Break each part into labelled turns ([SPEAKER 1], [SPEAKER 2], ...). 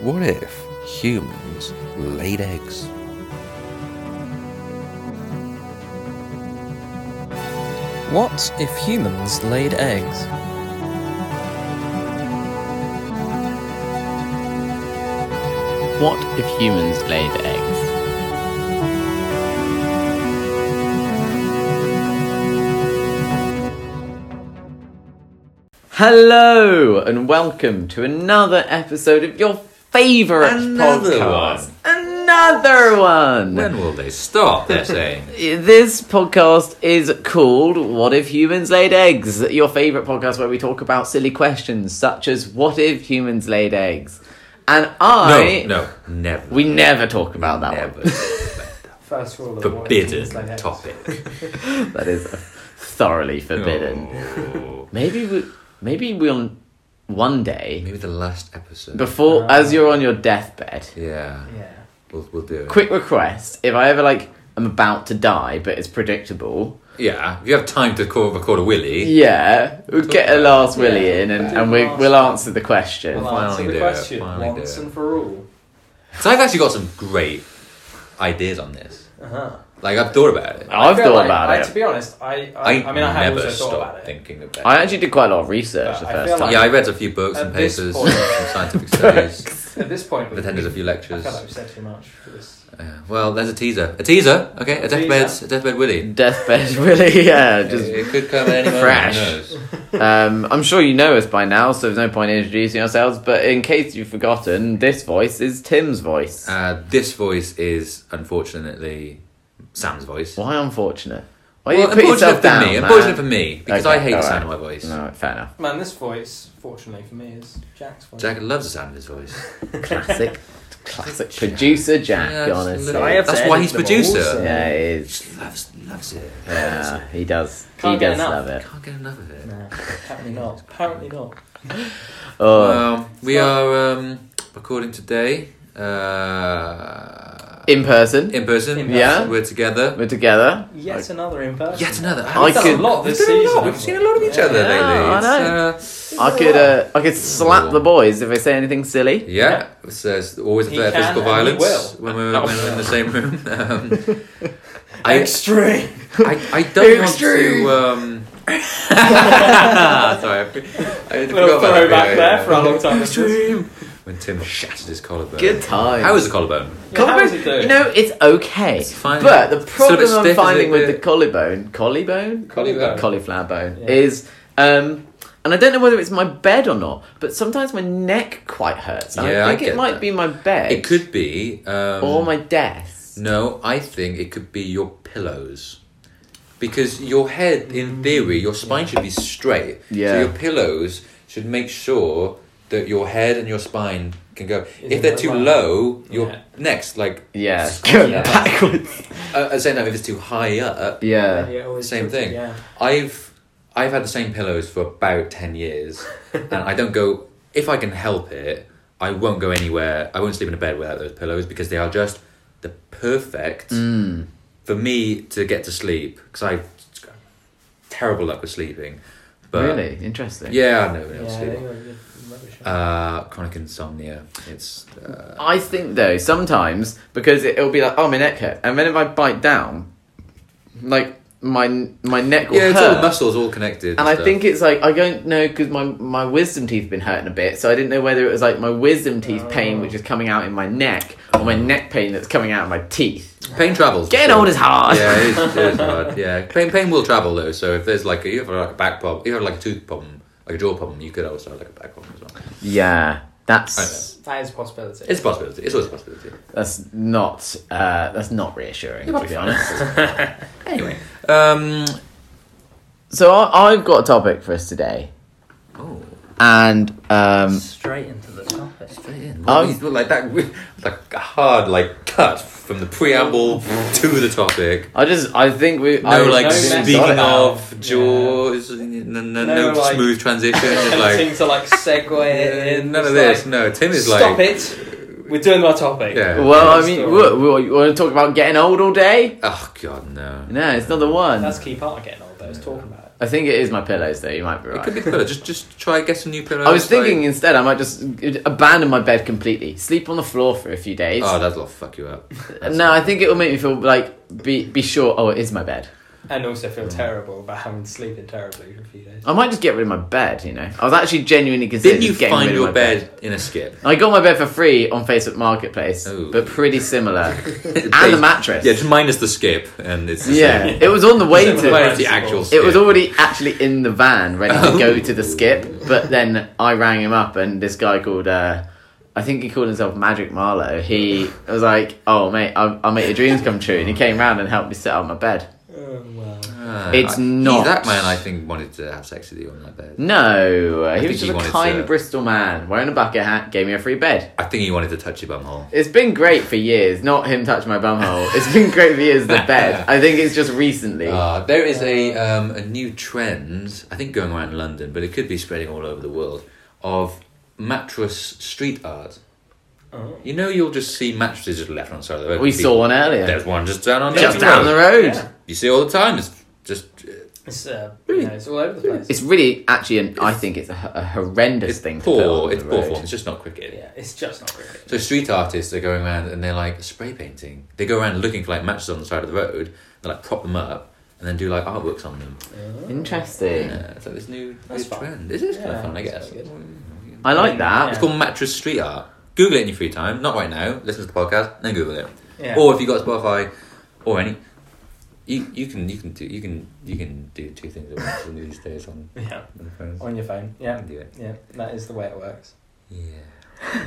[SPEAKER 1] What if humans laid eggs?
[SPEAKER 2] What if humans laid eggs?
[SPEAKER 3] What if humans laid eggs? Hello and welcome to another episode of your favorite
[SPEAKER 4] Another
[SPEAKER 3] podcast. Another one.
[SPEAKER 4] When will they stop? They're saying.
[SPEAKER 3] This podcast is called What If Humans Laid Eggs? Your favourite podcast where we talk about silly questions such as What If Humans Laid Eggs? And I.
[SPEAKER 4] No, no, never.
[SPEAKER 3] We never talk about that
[SPEAKER 4] never.
[SPEAKER 5] First rule of
[SPEAKER 4] Forbidden
[SPEAKER 5] white team's layout.
[SPEAKER 4] topic.
[SPEAKER 3] one. That is thoroughly forbidden.
[SPEAKER 4] Oh.
[SPEAKER 3] Maybe we, maybe we'll one day
[SPEAKER 4] Maybe the last episode.
[SPEAKER 3] before
[SPEAKER 5] Ah.
[SPEAKER 3] as you're on your deathbed.
[SPEAKER 4] yeah,
[SPEAKER 5] Yeah.
[SPEAKER 4] we'll, we'll do it.
[SPEAKER 3] Quick request: if I ever like am about to die, but it's predictable,
[SPEAKER 4] Yeah, if you have time to call, record a Willy.
[SPEAKER 3] yeah, we'll get a last willy
[SPEAKER 5] Yeah,
[SPEAKER 3] in, and,
[SPEAKER 5] do
[SPEAKER 3] and we,
[SPEAKER 5] last
[SPEAKER 3] we'll
[SPEAKER 5] one.
[SPEAKER 3] answer the question.
[SPEAKER 5] We'll
[SPEAKER 4] finally
[SPEAKER 5] answer the
[SPEAKER 4] do it,
[SPEAKER 5] question
[SPEAKER 4] finally do
[SPEAKER 5] once
[SPEAKER 4] it.
[SPEAKER 5] and for all.
[SPEAKER 4] So I've actually got some great ideas on this.
[SPEAKER 5] Uh-huh.
[SPEAKER 4] Like I've thought about it.
[SPEAKER 3] I've
[SPEAKER 5] feel
[SPEAKER 3] thought
[SPEAKER 5] like-
[SPEAKER 3] about
[SPEAKER 5] I,
[SPEAKER 3] it.
[SPEAKER 5] To be honest, I I, I mean I have
[SPEAKER 4] never
[SPEAKER 5] also
[SPEAKER 4] stop
[SPEAKER 5] thought about it.
[SPEAKER 4] thinking about
[SPEAKER 3] I
[SPEAKER 4] it.
[SPEAKER 3] actually did quite a lot of research
[SPEAKER 5] But
[SPEAKER 3] the
[SPEAKER 5] I
[SPEAKER 3] first
[SPEAKER 5] feel
[SPEAKER 3] time.
[SPEAKER 5] like-
[SPEAKER 4] yeah, I read a few books and
[SPEAKER 5] At this
[SPEAKER 4] papers,
[SPEAKER 5] point-
[SPEAKER 4] some scientific studies,
[SPEAKER 5] At this point, we've-
[SPEAKER 4] attended a few
[SPEAKER 5] I
[SPEAKER 4] lectures.
[SPEAKER 5] feel like we've said too much for this.
[SPEAKER 4] Yeah. Well, there's a teaser. A teaser, okay? A
[SPEAKER 5] Teaser.
[SPEAKER 4] deathbed, a deathbed Willy.
[SPEAKER 3] Deathbed Willy, yeah. Just,
[SPEAKER 4] it could come at any moment.
[SPEAKER 3] Fresh.
[SPEAKER 4] who knows?
[SPEAKER 3] um, I'm sure you know us by now, so there's no point introducing ourselves. But in case you've forgotten, this voice is Tim's voice.
[SPEAKER 4] Uh, this voice is unfortunately Sam's voice.
[SPEAKER 3] Why unfortunate? Why
[SPEAKER 4] Well,
[SPEAKER 3] you put
[SPEAKER 4] unfortunate
[SPEAKER 3] yourself
[SPEAKER 4] for
[SPEAKER 3] down?
[SPEAKER 4] me.
[SPEAKER 3] man?
[SPEAKER 4] Unfortunate for me because
[SPEAKER 3] Okay,
[SPEAKER 4] I hate the sound
[SPEAKER 3] alright.
[SPEAKER 4] of my voice.
[SPEAKER 3] No, fair enough.
[SPEAKER 5] Man, this voice, fortunately for me, is Jack's voice.
[SPEAKER 4] Jack loves the sound of his voice.
[SPEAKER 3] Classic, classic producer Jack.
[SPEAKER 4] Yeah, just
[SPEAKER 3] honestly,
[SPEAKER 4] look-
[SPEAKER 5] I have to
[SPEAKER 4] that's why
[SPEAKER 5] edit
[SPEAKER 4] he's
[SPEAKER 5] them all,
[SPEAKER 4] producer.
[SPEAKER 5] so-
[SPEAKER 3] yeah, it
[SPEAKER 4] He
[SPEAKER 3] is.
[SPEAKER 4] just loves loves it.
[SPEAKER 3] Yeah, he does.
[SPEAKER 5] Can't
[SPEAKER 3] he
[SPEAKER 5] get
[SPEAKER 3] does
[SPEAKER 5] enough.
[SPEAKER 3] love it.
[SPEAKER 4] Can't get enough of it.
[SPEAKER 5] No, apparently not. Apparently not.
[SPEAKER 3] Oh,
[SPEAKER 4] Um, we are um, recording today uh,
[SPEAKER 3] in person,
[SPEAKER 4] in person.
[SPEAKER 5] In
[SPEAKER 3] Yeah. person.
[SPEAKER 4] we're together.
[SPEAKER 3] we're together.
[SPEAKER 5] Yet another in person.
[SPEAKER 4] Yet another.
[SPEAKER 3] I
[SPEAKER 4] We've done
[SPEAKER 3] could-
[SPEAKER 4] a lot this
[SPEAKER 5] We've done a lot.
[SPEAKER 4] season. We've seen a lot of each other
[SPEAKER 3] Yeah,
[SPEAKER 4] lately.
[SPEAKER 3] I
[SPEAKER 4] It's,
[SPEAKER 3] know.
[SPEAKER 4] uh,
[SPEAKER 3] I could, uh, I could slap the boys if they say anything silly.
[SPEAKER 4] Yeah, so it's always a
[SPEAKER 5] He
[SPEAKER 4] threat of
[SPEAKER 5] can
[SPEAKER 4] physical
[SPEAKER 5] and he
[SPEAKER 4] violence
[SPEAKER 5] will.
[SPEAKER 4] when we're, when we're in the same room. Um, I,
[SPEAKER 5] Extreme.
[SPEAKER 4] I, I don't want
[SPEAKER 3] Extreme.
[SPEAKER 4] to. Um... Sorry, I, I forgot
[SPEAKER 5] Little
[SPEAKER 4] about that.
[SPEAKER 5] throwback
[SPEAKER 4] Yeah,
[SPEAKER 5] there
[SPEAKER 4] yeah.
[SPEAKER 5] for our long time.
[SPEAKER 4] Extreme. When Tim shattered his collarbone.
[SPEAKER 3] Good time.
[SPEAKER 4] How was the collarbone?
[SPEAKER 5] Yeah, how is it doing?
[SPEAKER 3] you know, it's okay.
[SPEAKER 4] It's fine.
[SPEAKER 3] But the
[SPEAKER 4] It's still a bit
[SPEAKER 3] problem I'm
[SPEAKER 4] stiff,
[SPEAKER 3] finding
[SPEAKER 4] is it?
[SPEAKER 3] with the collarbone, collarbone,
[SPEAKER 4] Collarbone.
[SPEAKER 3] cauliflower bone
[SPEAKER 5] Yeah.
[SPEAKER 3] is, um, and I don't know whether it's my bed or not, but sometimes my neck quite hurts. And
[SPEAKER 4] Yeah,
[SPEAKER 3] I
[SPEAKER 4] I
[SPEAKER 3] think
[SPEAKER 4] get
[SPEAKER 3] it might
[SPEAKER 4] that.
[SPEAKER 3] be my bed
[SPEAKER 4] It could be. Um,
[SPEAKER 3] or my desk.
[SPEAKER 4] No, I think it could be your pillows. Because your head, in theory, your spine should be straight.
[SPEAKER 3] Mm. Yeah.
[SPEAKER 4] So your pillows should make sure that your head and your spine can go. if they're too
[SPEAKER 5] level.
[SPEAKER 4] low, your
[SPEAKER 5] Yeah.
[SPEAKER 4] neck's like.
[SPEAKER 3] Yeah,
[SPEAKER 4] squat-
[SPEAKER 5] Yeah.
[SPEAKER 3] backwards.
[SPEAKER 4] Uh, uh, same time, if it's too high up,
[SPEAKER 3] Yeah,
[SPEAKER 5] Yeah, always
[SPEAKER 4] same
[SPEAKER 5] good,
[SPEAKER 4] thing.
[SPEAKER 5] Yeah.
[SPEAKER 4] I've I've had the same pillows for about ten years, and I don't go. If I can help it, I won't go anywhere. I won't sleep in a bed without those pillows because they are just the perfect
[SPEAKER 3] Mm.
[SPEAKER 4] for me to get to sleep because I have terrible luck with sleeping. But
[SPEAKER 3] really interesting.
[SPEAKER 4] Yeah, I know.
[SPEAKER 5] Yeah,
[SPEAKER 4] Yeah,
[SPEAKER 5] they
[SPEAKER 4] sleep.
[SPEAKER 5] were rubbish.
[SPEAKER 4] Uh, chronic insomnia. It's uh,
[SPEAKER 3] I think though sometimes because it, it'll be like oh my neck hurt, and then if I bite down, like my my neck will
[SPEAKER 4] yeah, it's all
[SPEAKER 3] hurt.
[SPEAKER 4] muscles all connected.
[SPEAKER 3] And I
[SPEAKER 4] stuff.
[SPEAKER 3] think it's like I don't know because my my wisdom teeth have been hurting a bit, so I didn't know whether it was like my wisdom teeth pain
[SPEAKER 4] Oh.
[SPEAKER 3] which is coming out in my neck or my neck pain that's coming out of my teeth.
[SPEAKER 4] pain travels.
[SPEAKER 3] Getting
[SPEAKER 4] So-
[SPEAKER 3] old is hard.
[SPEAKER 4] yeah, it is, it is hard. Yeah, pain pain will travel though. So if there's like a, you have like a back problem, you have like a tooth problem, like a jaw problem, you could also have like a back problem as well.
[SPEAKER 3] Yeah,
[SPEAKER 4] I
[SPEAKER 3] that's
[SPEAKER 4] know.
[SPEAKER 5] That is a possibility.
[SPEAKER 4] It's a possibility. It's always a possibility.
[SPEAKER 3] that's not uh, that's not reassuring to be honest.
[SPEAKER 4] Anyway, um,
[SPEAKER 3] so I, I've got a topic for us today,
[SPEAKER 4] oh,
[SPEAKER 3] and um,
[SPEAKER 6] Straight into the topic.
[SPEAKER 4] straight in.
[SPEAKER 3] Um,
[SPEAKER 4] Well, we- like that, we- like a hard like cut from the preamble to the topic.
[SPEAKER 3] I just I think we
[SPEAKER 4] No,
[SPEAKER 3] I,
[SPEAKER 4] like
[SPEAKER 5] no mess
[SPEAKER 4] speaking
[SPEAKER 5] up.
[SPEAKER 4] of jaws, n- n- no,
[SPEAKER 5] No, like-
[SPEAKER 4] smooth transition.
[SPEAKER 5] Attempting
[SPEAKER 4] like
[SPEAKER 5] to like segue it
[SPEAKER 4] eh,
[SPEAKER 5] in.
[SPEAKER 4] none of
[SPEAKER 5] It's
[SPEAKER 4] this. No, Tim
[SPEAKER 5] Like,
[SPEAKER 4] is
[SPEAKER 5] stop
[SPEAKER 4] like
[SPEAKER 5] it. We're doing our topic.
[SPEAKER 4] Yeah.
[SPEAKER 3] Well, I
[SPEAKER 5] Next
[SPEAKER 3] mean,
[SPEAKER 5] story.
[SPEAKER 3] what, what, you want to talk about getting old all day?
[SPEAKER 4] Oh God, no.
[SPEAKER 3] No, it's not the one.
[SPEAKER 5] That's a key part of getting old, though, is talking about it.
[SPEAKER 3] I think it is my pillows, though. You might be
[SPEAKER 4] It could
[SPEAKER 3] right.
[SPEAKER 4] be the pillow. Just just try get some new pillows.
[SPEAKER 3] I was thinking
[SPEAKER 4] like-
[SPEAKER 3] instead I might just abandon my bed completely, sleep on the floor for a few days.
[SPEAKER 4] oh, that'll fuck you up. That's-
[SPEAKER 3] no, I think it will make me feel like be be sure. Oh, it is my bed.
[SPEAKER 5] And also feel terrible about having sleeping terribly for a few days.
[SPEAKER 3] I might just get rid of my bed. You know, I was actually genuinely considering
[SPEAKER 4] Didn't you
[SPEAKER 3] just getting
[SPEAKER 4] find
[SPEAKER 3] rid
[SPEAKER 4] your
[SPEAKER 3] of my bed.
[SPEAKER 4] bed in a skip?
[SPEAKER 3] I got my bed for free on Facebook Marketplace,
[SPEAKER 4] Ooh.
[SPEAKER 3] but pretty similar. and the
[SPEAKER 4] Bas-
[SPEAKER 3] mattress.
[SPEAKER 4] Yeah, just minus the skip, and it's the
[SPEAKER 3] Yeah,
[SPEAKER 4] same.
[SPEAKER 3] it was on the way
[SPEAKER 5] Similar
[SPEAKER 3] to.
[SPEAKER 4] Minus the
[SPEAKER 5] Principle.
[SPEAKER 4] actual.
[SPEAKER 3] It
[SPEAKER 4] Skip.
[SPEAKER 3] was already actually in the van, ready to go
[SPEAKER 4] Oh.
[SPEAKER 3] to the skip. But then I rang him up, and this guy called. Uh, I think he called himself Magic Marlowe. He was like, "Oh mate, I'll, I'll make your dreams come true." And he came round and helped me set up my bed.
[SPEAKER 5] Oh, well.
[SPEAKER 4] Ah,
[SPEAKER 3] It's
[SPEAKER 4] I-
[SPEAKER 3] not.
[SPEAKER 4] that man. I think wanted to have sex with you on that bed.
[SPEAKER 3] No, uh, he
[SPEAKER 4] think
[SPEAKER 3] was
[SPEAKER 4] he
[SPEAKER 3] just a
[SPEAKER 4] wanted
[SPEAKER 3] kind
[SPEAKER 4] to-
[SPEAKER 3] Bristol man wearing a bucket hat. Gave me a free bed.
[SPEAKER 4] I think he wanted to touch your bumhole.
[SPEAKER 3] It's been great for years. Not him touch my bumhole. It's been great for years. The bed. I think it's just recently.
[SPEAKER 4] Uh, there is a um, a new trend, I think going around London, but it could be spreading all over the world, of mattress street art.
[SPEAKER 5] Oh.
[SPEAKER 4] You know, you'll just see mattresses just left on the side of the road.
[SPEAKER 3] we
[SPEAKER 4] People-
[SPEAKER 3] saw one earlier,
[SPEAKER 4] There's one just down on
[SPEAKER 3] just down the road.
[SPEAKER 5] Yeah.
[SPEAKER 4] You see all the time. It's just
[SPEAKER 5] It's, uh, you know, it's all over the place.
[SPEAKER 3] It's really actually, an, I think it's a, h- a horrendous
[SPEAKER 4] it's
[SPEAKER 3] thing. to put
[SPEAKER 4] poor.
[SPEAKER 3] on
[SPEAKER 4] It's
[SPEAKER 3] the
[SPEAKER 4] poor
[SPEAKER 3] road.
[SPEAKER 4] form. It's just not cricket.
[SPEAKER 5] yeah, it's just not cricket.
[SPEAKER 4] So street artists are going around and they're like spray painting. They go around looking for like matches on the side of the road. They like prop them up and then do like artworks on them.
[SPEAKER 5] Oh.
[SPEAKER 3] Interesting.
[SPEAKER 4] Yeah, it's like this new,
[SPEAKER 5] That's
[SPEAKER 4] new
[SPEAKER 5] fun.
[SPEAKER 4] trend. It is kind of
[SPEAKER 5] Yeah,
[SPEAKER 4] fun, I
[SPEAKER 5] it's
[SPEAKER 4] guess.
[SPEAKER 5] quite
[SPEAKER 3] I like that.
[SPEAKER 4] It's called mattress street art. Google it in your free time. Not right now. Listen to the podcast, then Google it.
[SPEAKER 5] Yeah.
[SPEAKER 4] Or if you have got Spotify or any, you you can you can do you can you can do two things at once in these days on,
[SPEAKER 5] yeah.
[SPEAKER 4] on the phones.
[SPEAKER 5] On your phone.
[SPEAKER 4] You
[SPEAKER 5] Oh, Yeah.
[SPEAKER 4] can do it.
[SPEAKER 5] Yeah. That is the way it works.
[SPEAKER 4] Yeah.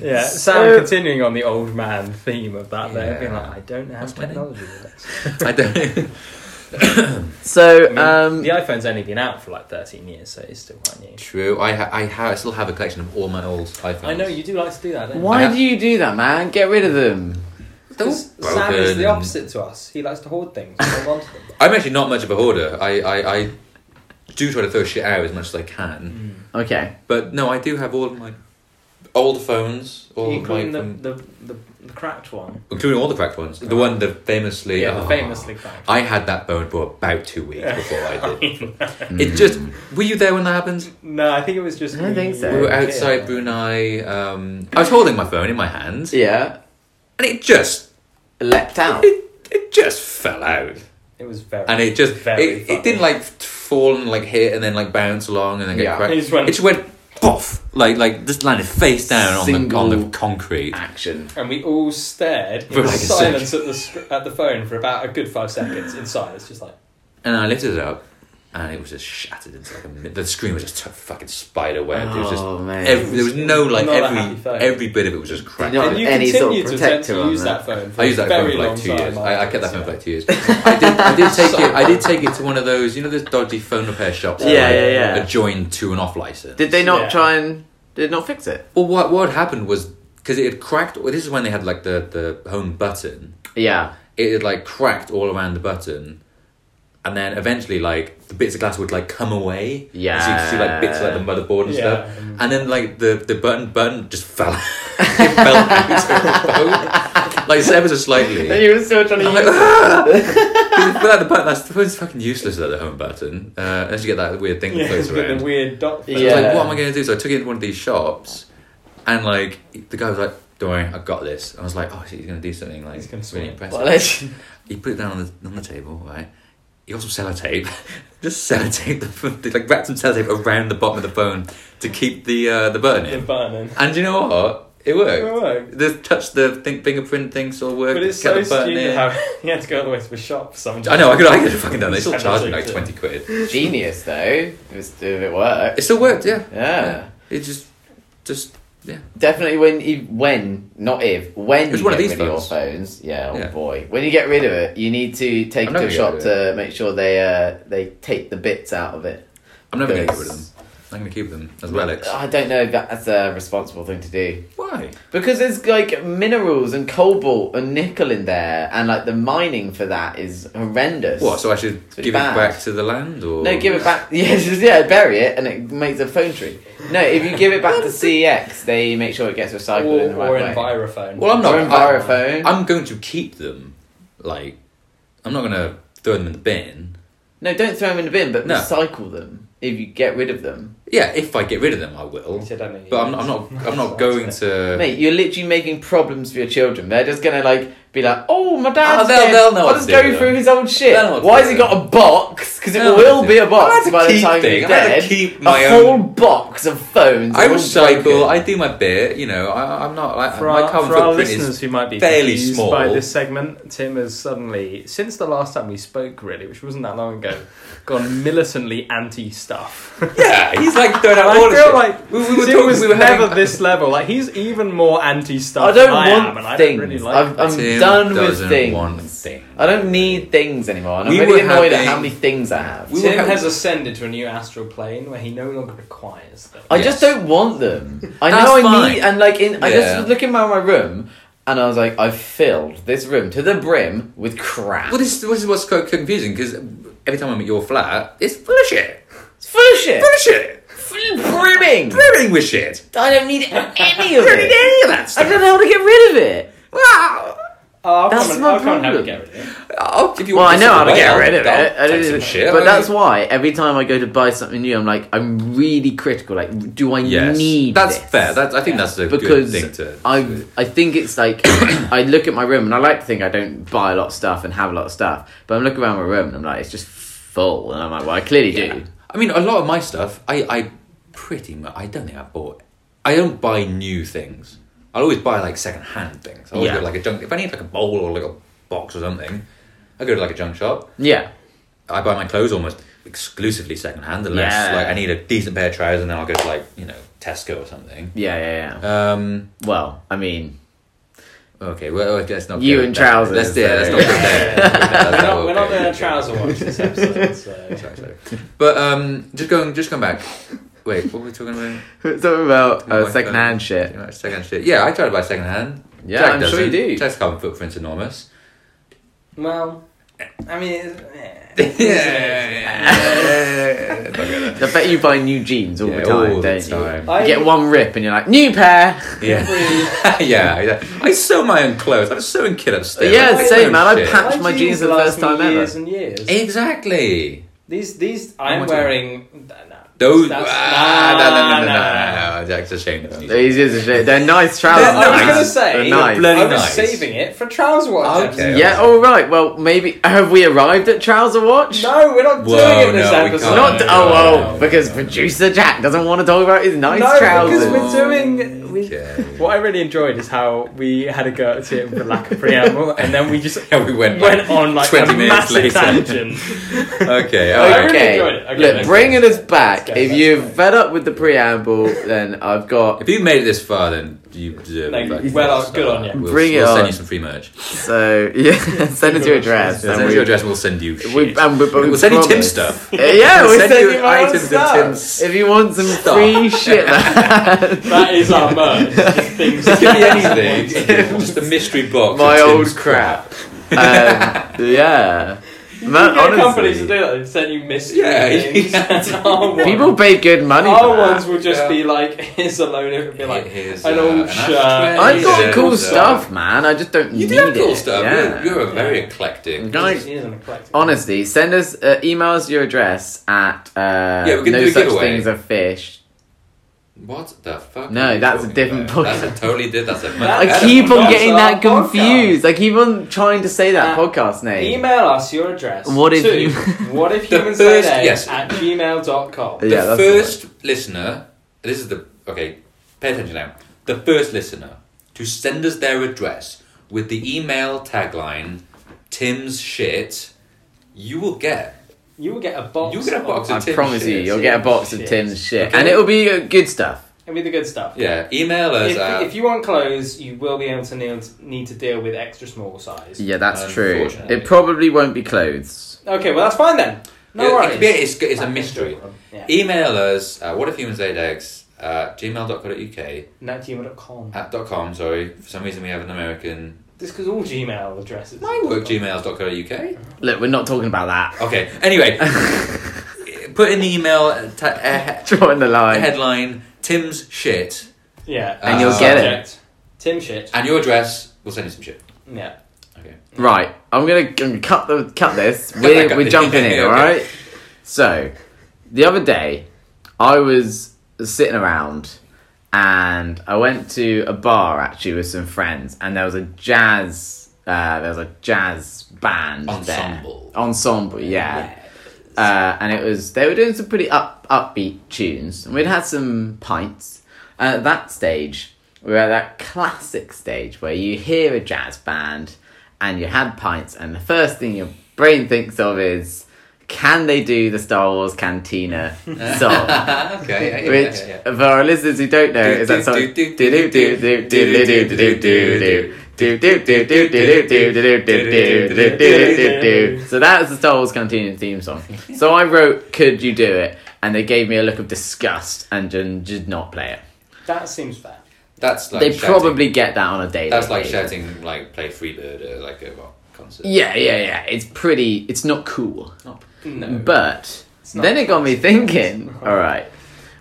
[SPEAKER 5] Yeah. Sam continuing on the old man theme of that there,
[SPEAKER 4] Yeah.
[SPEAKER 5] being like, I don't know how
[SPEAKER 4] That's my name.
[SPEAKER 5] technology works.
[SPEAKER 4] I don't.
[SPEAKER 5] I
[SPEAKER 3] So,
[SPEAKER 5] mean,
[SPEAKER 3] um,
[SPEAKER 5] the iPhone's only been out for like 13 years, so it's still quite new.
[SPEAKER 4] True. I ha- I, ha- I still have a collection of all my old iPhones.
[SPEAKER 5] I know you do like to do that. Don't
[SPEAKER 3] why
[SPEAKER 4] I-
[SPEAKER 3] do you do that, man? Get rid of them.
[SPEAKER 5] You? 'Cause
[SPEAKER 4] Broken.
[SPEAKER 5] Sam is the opposite to us. He likes to hoard things. and hold onto them.
[SPEAKER 4] I'm actually not much of a hoarder. I, I, I do try to throw shit out as much as I
[SPEAKER 5] Mm.
[SPEAKER 4] can.
[SPEAKER 3] Okay.
[SPEAKER 4] But no, I do have all of my old phones, all
[SPEAKER 5] You
[SPEAKER 4] of
[SPEAKER 5] clean
[SPEAKER 4] my,
[SPEAKER 5] the,
[SPEAKER 4] Mm. from-
[SPEAKER 5] the, the, the cracked one.
[SPEAKER 4] including all the cracked ones. The one that famously,
[SPEAKER 5] Yeah,
[SPEAKER 4] oh.
[SPEAKER 5] the famously cracked.
[SPEAKER 4] I had that bone for about two weeks before I did.
[SPEAKER 3] Hmm.
[SPEAKER 4] it just were you there when that happened?
[SPEAKER 5] No, I think it was just.
[SPEAKER 3] I don't
[SPEAKER 5] me.
[SPEAKER 3] think so.
[SPEAKER 4] We were
[SPEAKER 5] Yeah.
[SPEAKER 4] outside Brunei. Um, I was holding my phone in my hand,
[SPEAKER 3] Yeah.
[SPEAKER 4] and it just
[SPEAKER 3] Leapt out.
[SPEAKER 4] it, it just fell out.
[SPEAKER 5] It was very.
[SPEAKER 4] and it just
[SPEAKER 5] Very
[SPEAKER 4] it,
[SPEAKER 5] funny.
[SPEAKER 4] it didn't like t- fall and like hit and then like bounce along and then get
[SPEAKER 3] Yeah.
[SPEAKER 4] cracked.
[SPEAKER 5] It just went-
[SPEAKER 4] poof, like like just landed face down on the on
[SPEAKER 3] Single-
[SPEAKER 4] the concrete.
[SPEAKER 3] Action.
[SPEAKER 5] And we all stared
[SPEAKER 4] For
[SPEAKER 5] in
[SPEAKER 4] like a
[SPEAKER 5] silence at the sc- at the phone for about a good five seconds in silence, just like.
[SPEAKER 4] And I lifted it up, and it was just shattered into like a mi- the screen was just t- fucking spider web. it was just
[SPEAKER 3] Oh, man.
[SPEAKER 4] every, there was no like
[SPEAKER 5] Not a happy
[SPEAKER 4] every
[SPEAKER 5] phone.
[SPEAKER 4] every bit of it was just cracked.
[SPEAKER 3] Not
[SPEAKER 5] and you
[SPEAKER 3] any
[SPEAKER 5] continued
[SPEAKER 3] sort of
[SPEAKER 5] to attempt
[SPEAKER 3] protector
[SPEAKER 5] to
[SPEAKER 3] on
[SPEAKER 5] use
[SPEAKER 3] that.
[SPEAKER 5] that, phone. For
[SPEAKER 4] I used that
[SPEAKER 5] a
[SPEAKER 4] phone
[SPEAKER 5] very
[SPEAKER 4] for like
[SPEAKER 5] long
[SPEAKER 4] two
[SPEAKER 5] time
[SPEAKER 4] years. I, I kept that
[SPEAKER 5] afterwards,
[SPEAKER 4] phone for
[SPEAKER 5] yeah.
[SPEAKER 4] like two years. I did. I did take it. I did take it to one of those. You know those dodgy phone repair shops. that
[SPEAKER 3] Yeah,
[SPEAKER 4] like,
[SPEAKER 3] yeah, yeah.
[SPEAKER 4] Are joined to an off license.
[SPEAKER 3] Did they not
[SPEAKER 5] Yeah.
[SPEAKER 3] try and did not fix it?
[SPEAKER 4] Well, what what happened was because it had cracked. Well, this is when they had like the the home button.
[SPEAKER 3] Yeah.
[SPEAKER 4] It had like cracked all around the button, and then eventually like the bits of glass would like come away.
[SPEAKER 3] Yeah.
[SPEAKER 4] so you could see like bits of, like the motherboard and
[SPEAKER 5] Yeah.
[SPEAKER 4] stuff. And then like the the button button just fell. it fell out of the phone. Like ever so slightly.
[SPEAKER 3] And you were still trying to
[SPEAKER 4] I'm
[SPEAKER 3] use
[SPEAKER 4] like,
[SPEAKER 3] it.
[SPEAKER 4] ah! without the button, that's, the phone's fucking useless without the home button. Uh, unless you get that weird thing that
[SPEAKER 5] Yeah,
[SPEAKER 4] floats
[SPEAKER 5] it's got
[SPEAKER 4] around.
[SPEAKER 5] the weird dot.
[SPEAKER 3] Yeah.
[SPEAKER 5] phone.
[SPEAKER 4] I was like, what am I going to do? So I took it into one of these shops, and like the guy was like, "Don't worry, I got this." And I was like, "Oh, shit, he's going to do something like
[SPEAKER 5] He's gonna
[SPEAKER 4] really
[SPEAKER 5] swing.
[SPEAKER 4] impressive."
[SPEAKER 3] Well, it's-
[SPEAKER 4] he put it down on the on the table, right? He also sellotape, just sellotape the phone, like wrapped some sellotape around the bottom of the phone to keep the uh, the button
[SPEAKER 5] The
[SPEAKER 4] in.
[SPEAKER 5] button. Oh,
[SPEAKER 4] And you know what? It worked.
[SPEAKER 5] Right.
[SPEAKER 4] The touch the thing, fingerprint thing still worked.
[SPEAKER 5] But it's
[SPEAKER 4] kept
[SPEAKER 5] so
[SPEAKER 4] the button
[SPEAKER 5] stupid
[SPEAKER 4] in.
[SPEAKER 5] how you had to go all the way to the shop sometimes.
[SPEAKER 4] I know I could I could have fucking done this. Still charged me like
[SPEAKER 5] Sellotape.
[SPEAKER 4] twenty quid.
[SPEAKER 3] Genius though. If, it's, if it worked.
[SPEAKER 4] It still worked, yeah.
[SPEAKER 3] Yeah.
[SPEAKER 4] It just just yeah.
[SPEAKER 3] Definitely when you when not if when
[SPEAKER 4] It was
[SPEAKER 3] you
[SPEAKER 4] one
[SPEAKER 3] get
[SPEAKER 4] of these
[SPEAKER 3] rid of your phones, yeah, oh
[SPEAKER 4] Yeah.
[SPEAKER 3] boy, when you get rid of it, you need to take
[SPEAKER 4] I'm
[SPEAKER 3] it
[SPEAKER 4] not
[SPEAKER 3] to a
[SPEAKER 4] gonna
[SPEAKER 3] shop
[SPEAKER 4] get rid of
[SPEAKER 3] to make sure they uh, they take the bits out of it.
[SPEAKER 4] I'm never gonna get
[SPEAKER 3] Because-
[SPEAKER 4] rid of them. I'm going to keep them as relics.
[SPEAKER 3] I don't know if that's a responsible thing to do.
[SPEAKER 4] Why?
[SPEAKER 3] Because there's like minerals and cobalt and nickel in there, and like the mining for that is horrendous.
[SPEAKER 4] What? So I should
[SPEAKER 3] It's
[SPEAKER 4] give
[SPEAKER 3] bad.
[SPEAKER 4] it back to the land, or
[SPEAKER 3] No, give it back. Yeah, just, yeah, bury it, and it makes a phone tree. No, if you give it back to CEX, they make sure it gets recycled in
[SPEAKER 5] Or,
[SPEAKER 3] the
[SPEAKER 5] or
[SPEAKER 3] right way.
[SPEAKER 5] Envirophone.
[SPEAKER 4] Well, I'm not.
[SPEAKER 3] Or
[SPEAKER 4] I-
[SPEAKER 3] Envirophone.
[SPEAKER 4] I'm going to keep them. Like, I'm not going to throw them in the bin.
[SPEAKER 3] no, don't throw them in the bin, but
[SPEAKER 4] No.
[SPEAKER 3] recycle them if you get rid of them.
[SPEAKER 4] Yeah, if I get rid of them, I will.
[SPEAKER 5] You said I mean-
[SPEAKER 4] But I'm, I'm not. I'm not going to.
[SPEAKER 3] Mate, you're literally making problems for your children. They're just gonna like be like, "Oh, my dad's
[SPEAKER 4] Oh, they'll-
[SPEAKER 3] dead.
[SPEAKER 4] they'll know
[SPEAKER 3] I'll
[SPEAKER 4] what
[SPEAKER 3] just
[SPEAKER 4] to
[SPEAKER 3] go
[SPEAKER 4] do with
[SPEAKER 3] through
[SPEAKER 4] them.
[SPEAKER 3] his old shit.
[SPEAKER 4] They'll know what to
[SPEAKER 3] Why
[SPEAKER 4] do
[SPEAKER 3] has he
[SPEAKER 4] with
[SPEAKER 3] got a box? Because it
[SPEAKER 4] They'll know what
[SPEAKER 3] will
[SPEAKER 4] to
[SPEAKER 3] be
[SPEAKER 4] do.
[SPEAKER 3] a box
[SPEAKER 4] I'm
[SPEAKER 3] by
[SPEAKER 4] allowed to
[SPEAKER 3] the
[SPEAKER 4] keep
[SPEAKER 3] time
[SPEAKER 4] things.
[SPEAKER 3] you're
[SPEAKER 4] I'm allowed to
[SPEAKER 3] dead.
[SPEAKER 4] keep my
[SPEAKER 3] a
[SPEAKER 4] own-
[SPEAKER 3] whole box of phones.
[SPEAKER 4] I
[SPEAKER 3] all
[SPEAKER 4] recycle.
[SPEAKER 3] broken.
[SPEAKER 4] I do my bit. You know, I, I'm not like
[SPEAKER 5] For
[SPEAKER 4] my
[SPEAKER 5] our,
[SPEAKER 4] carbon
[SPEAKER 5] for our
[SPEAKER 4] footprint
[SPEAKER 5] listeners
[SPEAKER 4] is
[SPEAKER 5] who might be
[SPEAKER 4] fairly
[SPEAKER 5] confused
[SPEAKER 4] small.
[SPEAKER 5] by this segment, Tim has suddenly, since the last time we spoke, really, which wasn't that long ago, gone militantly anti-stuff.
[SPEAKER 4] Yeah, he's like throwing out all
[SPEAKER 5] I
[SPEAKER 4] the
[SPEAKER 5] feel
[SPEAKER 4] shit.
[SPEAKER 5] like
[SPEAKER 4] we, we were
[SPEAKER 5] Tim
[SPEAKER 4] talking.
[SPEAKER 5] was
[SPEAKER 4] we were
[SPEAKER 5] never
[SPEAKER 4] having,
[SPEAKER 5] this level. Like he's even more anti-stuff.
[SPEAKER 3] I don't
[SPEAKER 5] than I
[SPEAKER 3] want
[SPEAKER 5] am, and I
[SPEAKER 3] things.
[SPEAKER 5] don't really like.
[SPEAKER 3] I've, I'm
[SPEAKER 4] Tim
[SPEAKER 3] done with
[SPEAKER 4] doesn't
[SPEAKER 3] things.
[SPEAKER 4] want things.
[SPEAKER 3] I don't need things anymore. And I'm
[SPEAKER 4] We
[SPEAKER 3] really
[SPEAKER 4] were
[SPEAKER 3] annoyed at
[SPEAKER 4] having-
[SPEAKER 3] how many things I have.
[SPEAKER 4] We-
[SPEAKER 5] Tim
[SPEAKER 4] Well,
[SPEAKER 5] has ascended to a new astral plane where he no longer requires them.
[SPEAKER 3] I
[SPEAKER 4] Yes.
[SPEAKER 3] just don't want them. I
[SPEAKER 4] That's
[SPEAKER 3] know I
[SPEAKER 4] fine.
[SPEAKER 3] need, and like in, I
[SPEAKER 4] Yeah.
[SPEAKER 3] just was looking around my room, and I was like, I've filled this room to the brim with crap.
[SPEAKER 4] Well, this, this is what's quite confusing because every time I'm at your flat, it's full of shit.
[SPEAKER 3] It's full of shit.
[SPEAKER 4] Full of shit.
[SPEAKER 3] Full of brimming.
[SPEAKER 4] Brimming with shit.
[SPEAKER 3] I don't need any of
[SPEAKER 4] You don't need
[SPEAKER 3] it.
[SPEAKER 4] any of that
[SPEAKER 3] I
[SPEAKER 4] stuff.
[SPEAKER 3] don't know how to get rid of it.
[SPEAKER 4] Wow.
[SPEAKER 5] Oh, I'll
[SPEAKER 3] That's
[SPEAKER 5] come and,
[SPEAKER 3] my
[SPEAKER 5] I'll come and
[SPEAKER 3] problem.
[SPEAKER 5] have a go at it.
[SPEAKER 4] I'll give Oh, you.
[SPEAKER 3] Well,
[SPEAKER 4] all
[SPEAKER 3] I
[SPEAKER 4] this
[SPEAKER 3] know how to
[SPEAKER 4] away.
[SPEAKER 3] get
[SPEAKER 4] I'll-
[SPEAKER 3] rid of
[SPEAKER 4] I'll
[SPEAKER 3] it. I
[SPEAKER 4] take
[SPEAKER 3] don't
[SPEAKER 4] some
[SPEAKER 3] even-
[SPEAKER 4] shit.
[SPEAKER 3] But
[SPEAKER 4] I'll-
[SPEAKER 3] that's why every time I go to buy something new, I'm like, I'm really critical. Like, do I
[SPEAKER 4] yes.
[SPEAKER 3] need
[SPEAKER 4] That's
[SPEAKER 3] this?
[SPEAKER 4] fair. That's, I think that's a good
[SPEAKER 3] because
[SPEAKER 4] thing to.
[SPEAKER 3] I I think it's like I look at my room and I like to think I don't buy a lot of stuff and have a lot of stuff, but I'm looking around my room and I'm like it's just full, and I'm like, well, I clearly do.
[SPEAKER 4] I mean, a lot of my stuff, I, I pretty much, I don't think I've bought. I don't buy new things. I'll always buy like second-hand things. I always
[SPEAKER 3] Yeah.
[SPEAKER 4] go to, like a junk. If I need like a bowl or like a box or something, I go to like a junk shop.
[SPEAKER 3] Yeah,
[SPEAKER 4] I buy my clothes almost exclusively second-hand unless
[SPEAKER 3] Yeah.
[SPEAKER 4] like I need a decent pair of trousers, and then I'll go to like you know Tesco or something.
[SPEAKER 3] yeah, yeah, yeah.
[SPEAKER 4] Um,
[SPEAKER 3] well, I mean,
[SPEAKER 4] okay, well let's not.
[SPEAKER 3] You
[SPEAKER 4] go
[SPEAKER 3] and uh,
[SPEAKER 4] there.
[SPEAKER 3] trousers,
[SPEAKER 4] Let's, yeah, let's not go there.
[SPEAKER 5] We're
[SPEAKER 4] That's
[SPEAKER 5] not, we're not
[SPEAKER 4] okay.
[SPEAKER 5] going to trouser watch this episode. So.
[SPEAKER 4] Sorry, sorry. But um, just going, just come back. Wait, what were we talking about?
[SPEAKER 3] something about
[SPEAKER 4] Oh
[SPEAKER 3] uh,
[SPEAKER 4] my
[SPEAKER 3] secondhand
[SPEAKER 4] God.
[SPEAKER 3] shit.
[SPEAKER 4] You know, second shit. Yeah, I try to buy second hand.
[SPEAKER 3] Yeah, I'm sure you do.
[SPEAKER 4] Jack's carbon footprint's enormous.
[SPEAKER 5] Well, I mean, it's- eh.
[SPEAKER 4] yeah.
[SPEAKER 3] I bet you buy new jeans all
[SPEAKER 4] Yeah,
[SPEAKER 3] the time,
[SPEAKER 4] all the
[SPEAKER 3] don't
[SPEAKER 4] time.
[SPEAKER 3] you?
[SPEAKER 5] I-
[SPEAKER 3] you? Get one rip and you're like, new pair.
[SPEAKER 4] yeah, yeah. I sew my own clothes. I'm sewing kid upstairs.
[SPEAKER 3] Yeah,
[SPEAKER 4] I buy my
[SPEAKER 3] same,
[SPEAKER 4] own
[SPEAKER 3] man. I
[SPEAKER 4] shit.
[SPEAKER 3] pack- Patched my jeans for the
[SPEAKER 5] last
[SPEAKER 3] first time
[SPEAKER 5] me
[SPEAKER 3] ever. Eh?
[SPEAKER 5] Years and years.
[SPEAKER 4] exactly.
[SPEAKER 5] These these I'm
[SPEAKER 4] my God.
[SPEAKER 5] wearing. No, no.
[SPEAKER 4] Those.
[SPEAKER 5] That's-
[SPEAKER 4] ah,
[SPEAKER 5] nah,
[SPEAKER 4] no, no, no, no,
[SPEAKER 5] nah.
[SPEAKER 4] no, no, no. Jack's ashamed of me.
[SPEAKER 3] These is a shit. They're nice trousers.
[SPEAKER 5] I was
[SPEAKER 4] nice.
[SPEAKER 5] gonna say,
[SPEAKER 3] They're nice.
[SPEAKER 4] bloody
[SPEAKER 5] I was
[SPEAKER 4] nice.
[SPEAKER 5] saving it for trouser watch.
[SPEAKER 4] Okay.
[SPEAKER 5] episode.
[SPEAKER 3] yeah. All right. Well, maybe have we arrived at trouser watch?
[SPEAKER 5] No, we're not
[SPEAKER 4] Whoa,
[SPEAKER 5] doing
[SPEAKER 4] no,
[SPEAKER 5] it this
[SPEAKER 4] we
[SPEAKER 5] episode.
[SPEAKER 4] can't.
[SPEAKER 3] Not
[SPEAKER 4] No,
[SPEAKER 3] oh
[SPEAKER 4] no,
[SPEAKER 3] well,
[SPEAKER 4] no,
[SPEAKER 3] because
[SPEAKER 4] no, no.
[SPEAKER 3] producer Jack doesn't want to talk about his nice
[SPEAKER 5] no,
[SPEAKER 3] trousers.
[SPEAKER 5] because we're doing. We,
[SPEAKER 4] Okay.
[SPEAKER 5] What I really enjoyed is how we had a go at it with lack of preamble, and then we just
[SPEAKER 4] Yeah, we went.
[SPEAKER 5] went on like
[SPEAKER 4] 20
[SPEAKER 5] a
[SPEAKER 4] minutes
[SPEAKER 5] massive
[SPEAKER 4] later.
[SPEAKER 5] tangent.
[SPEAKER 4] Okay, all
[SPEAKER 5] I
[SPEAKER 4] right.
[SPEAKER 5] really
[SPEAKER 3] Okay,
[SPEAKER 5] enjoyed it. Okay,
[SPEAKER 3] look,
[SPEAKER 5] let's
[SPEAKER 3] bringing us back.
[SPEAKER 5] go,
[SPEAKER 3] If
[SPEAKER 5] let's
[SPEAKER 3] you're
[SPEAKER 5] go.
[SPEAKER 3] fed up with the preamble, then I've got
[SPEAKER 4] If you made it this far, then you deserve
[SPEAKER 5] Like,
[SPEAKER 4] it. Like,
[SPEAKER 5] well, uh,
[SPEAKER 4] so
[SPEAKER 5] good on you.
[SPEAKER 4] We'll,
[SPEAKER 3] Bring it
[SPEAKER 4] we'll send
[SPEAKER 3] on.
[SPEAKER 4] you some free merch.
[SPEAKER 3] so yeah. send us your address.
[SPEAKER 5] Send
[SPEAKER 4] Send
[SPEAKER 3] and
[SPEAKER 4] us
[SPEAKER 3] we-
[SPEAKER 4] your address and we'll send you shit.
[SPEAKER 3] We, and we, but we
[SPEAKER 4] we'll send you Tim
[SPEAKER 3] promise-
[SPEAKER 4] stuff.
[SPEAKER 3] Uh, Yeah, we
[SPEAKER 4] Send
[SPEAKER 3] send,
[SPEAKER 4] you
[SPEAKER 3] you my own
[SPEAKER 4] items of
[SPEAKER 3] stuff.
[SPEAKER 4] Tim's
[SPEAKER 3] If you want some
[SPEAKER 4] stuff.
[SPEAKER 3] free shit,
[SPEAKER 5] That is our merch. Just things
[SPEAKER 4] It could be anything. just a mystery box.
[SPEAKER 3] my
[SPEAKER 4] of
[SPEAKER 3] old
[SPEAKER 4] Tim's
[SPEAKER 3] crap. um, yeah,
[SPEAKER 5] You
[SPEAKER 3] man.
[SPEAKER 5] get companies to
[SPEAKER 3] Honestly,
[SPEAKER 5] do that. They send you mystery
[SPEAKER 4] uh, Yeah,
[SPEAKER 5] things.
[SPEAKER 4] yeah.
[SPEAKER 5] That's our one.
[SPEAKER 3] people pay good money.
[SPEAKER 5] Our
[SPEAKER 3] for that.
[SPEAKER 5] ones will just
[SPEAKER 4] Yeah.
[SPEAKER 5] be like, here's a loan. It would be
[SPEAKER 4] Here-
[SPEAKER 5] like
[SPEAKER 4] here's,
[SPEAKER 5] an
[SPEAKER 4] uh,
[SPEAKER 5] old
[SPEAKER 4] an
[SPEAKER 5] shirt.
[SPEAKER 4] ashtray.
[SPEAKER 3] I've got
[SPEAKER 4] Yeah.
[SPEAKER 3] cool
[SPEAKER 4] Also-
[SPEAKER 3] stuff, man. I just don't
[SPEAKER 4] You
[SPEAKER 3] need
[SPEAKER 4] do have cool
[SPEAKER 3] it.
[SPEAKER 4] stuff.
[SPEAKER 3] Yeah.
[SPEAKER 4] You're, you're a very
[SPEAKER 5] Yeah.
[SPEAKER 4] eclectic.
[SPEAKER 3] Guys,
[SPEAKER 5] Here's an eclectic.
[SPEAKER 3] honestly, send us uh, emails your address at uh,
[SPEAKER 4] Yeah, we can
[SPEAKER 3] no
[SPEAKER 4] do a
[SPEAKER 3] such
[SPEAKER 4] giveaway.
[SPEAKER 3] things are fish.
[SPEAKER 4] What the fuck?
[SPEAKER 3] No,
[SPEAKER 4] are you
[SPEAKER 3] that's a
[SPEAKER 4] talking
[SPEAKER 3] different
[SPEAKER 4] about?
[SPEAKER 3] podcast.
[SPEAKER 4] That's a totally did. That's a.
[SPEAKER 5] I
[SPEAKER 3] I
[SPEAKER 5] That's
[SPEAKER 3] keep
[SPEAKER 5] our
[SPEAKER 3] on getting that
[SPEAKER 5] podcast.
[SPEAKER 3] confused. I keep on trying to say that
[SPEAKER 5] Uh,
[SPEAKER 3] podcast name.
[SPEAKER 5] Email us your address.
[SPEAKER 3] What if
[SPEAKER 5] to
[SPEAKER 3] you-
[SPEAKER 5] what if
[SPEAKER 4] The
[SPEAKER 5] humans
[SPEAKER 4] first-
[SPEAKER 5] say
[SPEAKER 4] yes. Uh,
[SPEAKER 5] yes. at gmail.com.
[SPEAKER 4] The
[SPEAKER 3] Yeah, that's the
[SPEAKER 4] first listener. This is the okay. Pay attention now. The first listener to send us their address with the email tagline "Tim's shit," you will get.
[SPEAKER 5] You will get a box.
[SPEAKER 4] You get a box
[SPEAKER 5] of
[SPEAKER 4] of-
[SPEAKER 3] I
[SPEAKER 4] Tim's
[SPEAKER 3] promise you,
[SPEAKER 4] shit.
[SPEAKER 3] you'll get a box of
[SPEAKER 5] Shit.
[SPEAKER 3] Tim's shit,
[SPEAKER 4] Okay.
[SPEAKER 3] and it'll be uh, good stuff.
[SPEAKER 5] It'll be the good stuff.
[SPEAKER 4] Yeah, email us. uh,
[SPEAKER 5] If,
[SPEAKER 4] at,
[SPEAKER 5] if you want clothes, you will be able to need, need to deal with extra small size.
[SPEAKER 3] Yeah, that's true.
[SPEAKER 4] Unfortunately.
[SPEAKER 3] It probably won't be clothes.
[SPEAKER 5] Okay, well that's fine then. No
[SPEAKER 4] it, it
[SPEAKER 5] worries.
[SPEAKER 4] could be- it's, it's a mystery. E-
[SPEAKER 5] Yeah.
[SPEAKER 4] Email us at what if humans laid eggs at gmail.co.uk
[SPEAKER 5] Now gmail.com.
[SPEAKER 4] at dot com, sorry. For some reason we have an American
[SPEAKER 5] This because all Gmail addresses.
[SPEAKER 4] My work gmails.co.uk.
[SPEAKER 3] Look, we're not talking about that.
[SPEAKER 4] Okay, anyway. put in the email uh, ta- uh,
[SPEAKER 3] Drawing the
[SPEAKER 4] he-
[SPEAKER 3] line.
[SPEAKER 4] headline Tim's shit
[SPEAKER 5] Yeah. Uh,
[SPEAKER 4] And
[SPEAKER 3] you'll get it.
[SPEAKER 5] Subject, Tim shit.
[SPEAKER 4] and your address. We'll send you some shit.
[SPEAKER 5] Yeah.
[SPEAKER 4] Okay.
[SPEAKER 3] Right, I'm gonna, gonna cut the cut this.
[SPEAKER 4] Cut
[SPEAKER 3] We're,
[SPEAKER 4] that, cut
[SPEAKER 3] we're
[SPEAKER 4] this.
[SPEAKER 3] jumping in,
[SPEAKER 4] Okay.
[SPEAKER 3] all right. So, the other day, I was sitting around, and I went to a bar actually with some friends, and there was a jazz, uh, there was a jazz band there.
[SPEAKER 4] Ensemble.
[SPEAKER 3] ensemble, yeah. Uh, and it was they were doing some pretty up upbeat tunes, and we'd had some pints. And at that stage, we were at that classic stage where you hear a jazz band and you had pints, and the first thing your brain thinks of is, can they do the Star Wars Cantina song?
[SPEAKER 4] okay. yeah, yeah,
[SPEAKER 3] Which,
[SPEAKER 4] yeah, yeah.
[SPEAKER 3] for our listeners who don't know, is that song. So that is the Star Wars Cantina theme song. So I wrote Could You Do It? And they gave me a look of disgust and did did not play it.
[SPEAKER 5] That seems fair.
[SPEAKER 4] That's like
[SPEAKER 3] They
[SPEAKER 4] shouting-
[SPEAKER 3] probably get that on a daily
[SPEAKER 4] That's like
[SPEAKER 3] basis.
[SPEAKER 4] shouting like play Freebird at like a rock concert.
[SPEAKER 3] Yeah, yeah, yeah. It's pretty. It's not cool.
[SPEAKER 4] Not-
[SPEAKER 5] No.
[SPEAKER 4] Mm.
[SPEAKER 3] But
[SPEAKER 5] not
[SPEAKER 3] then it got me thinking alright.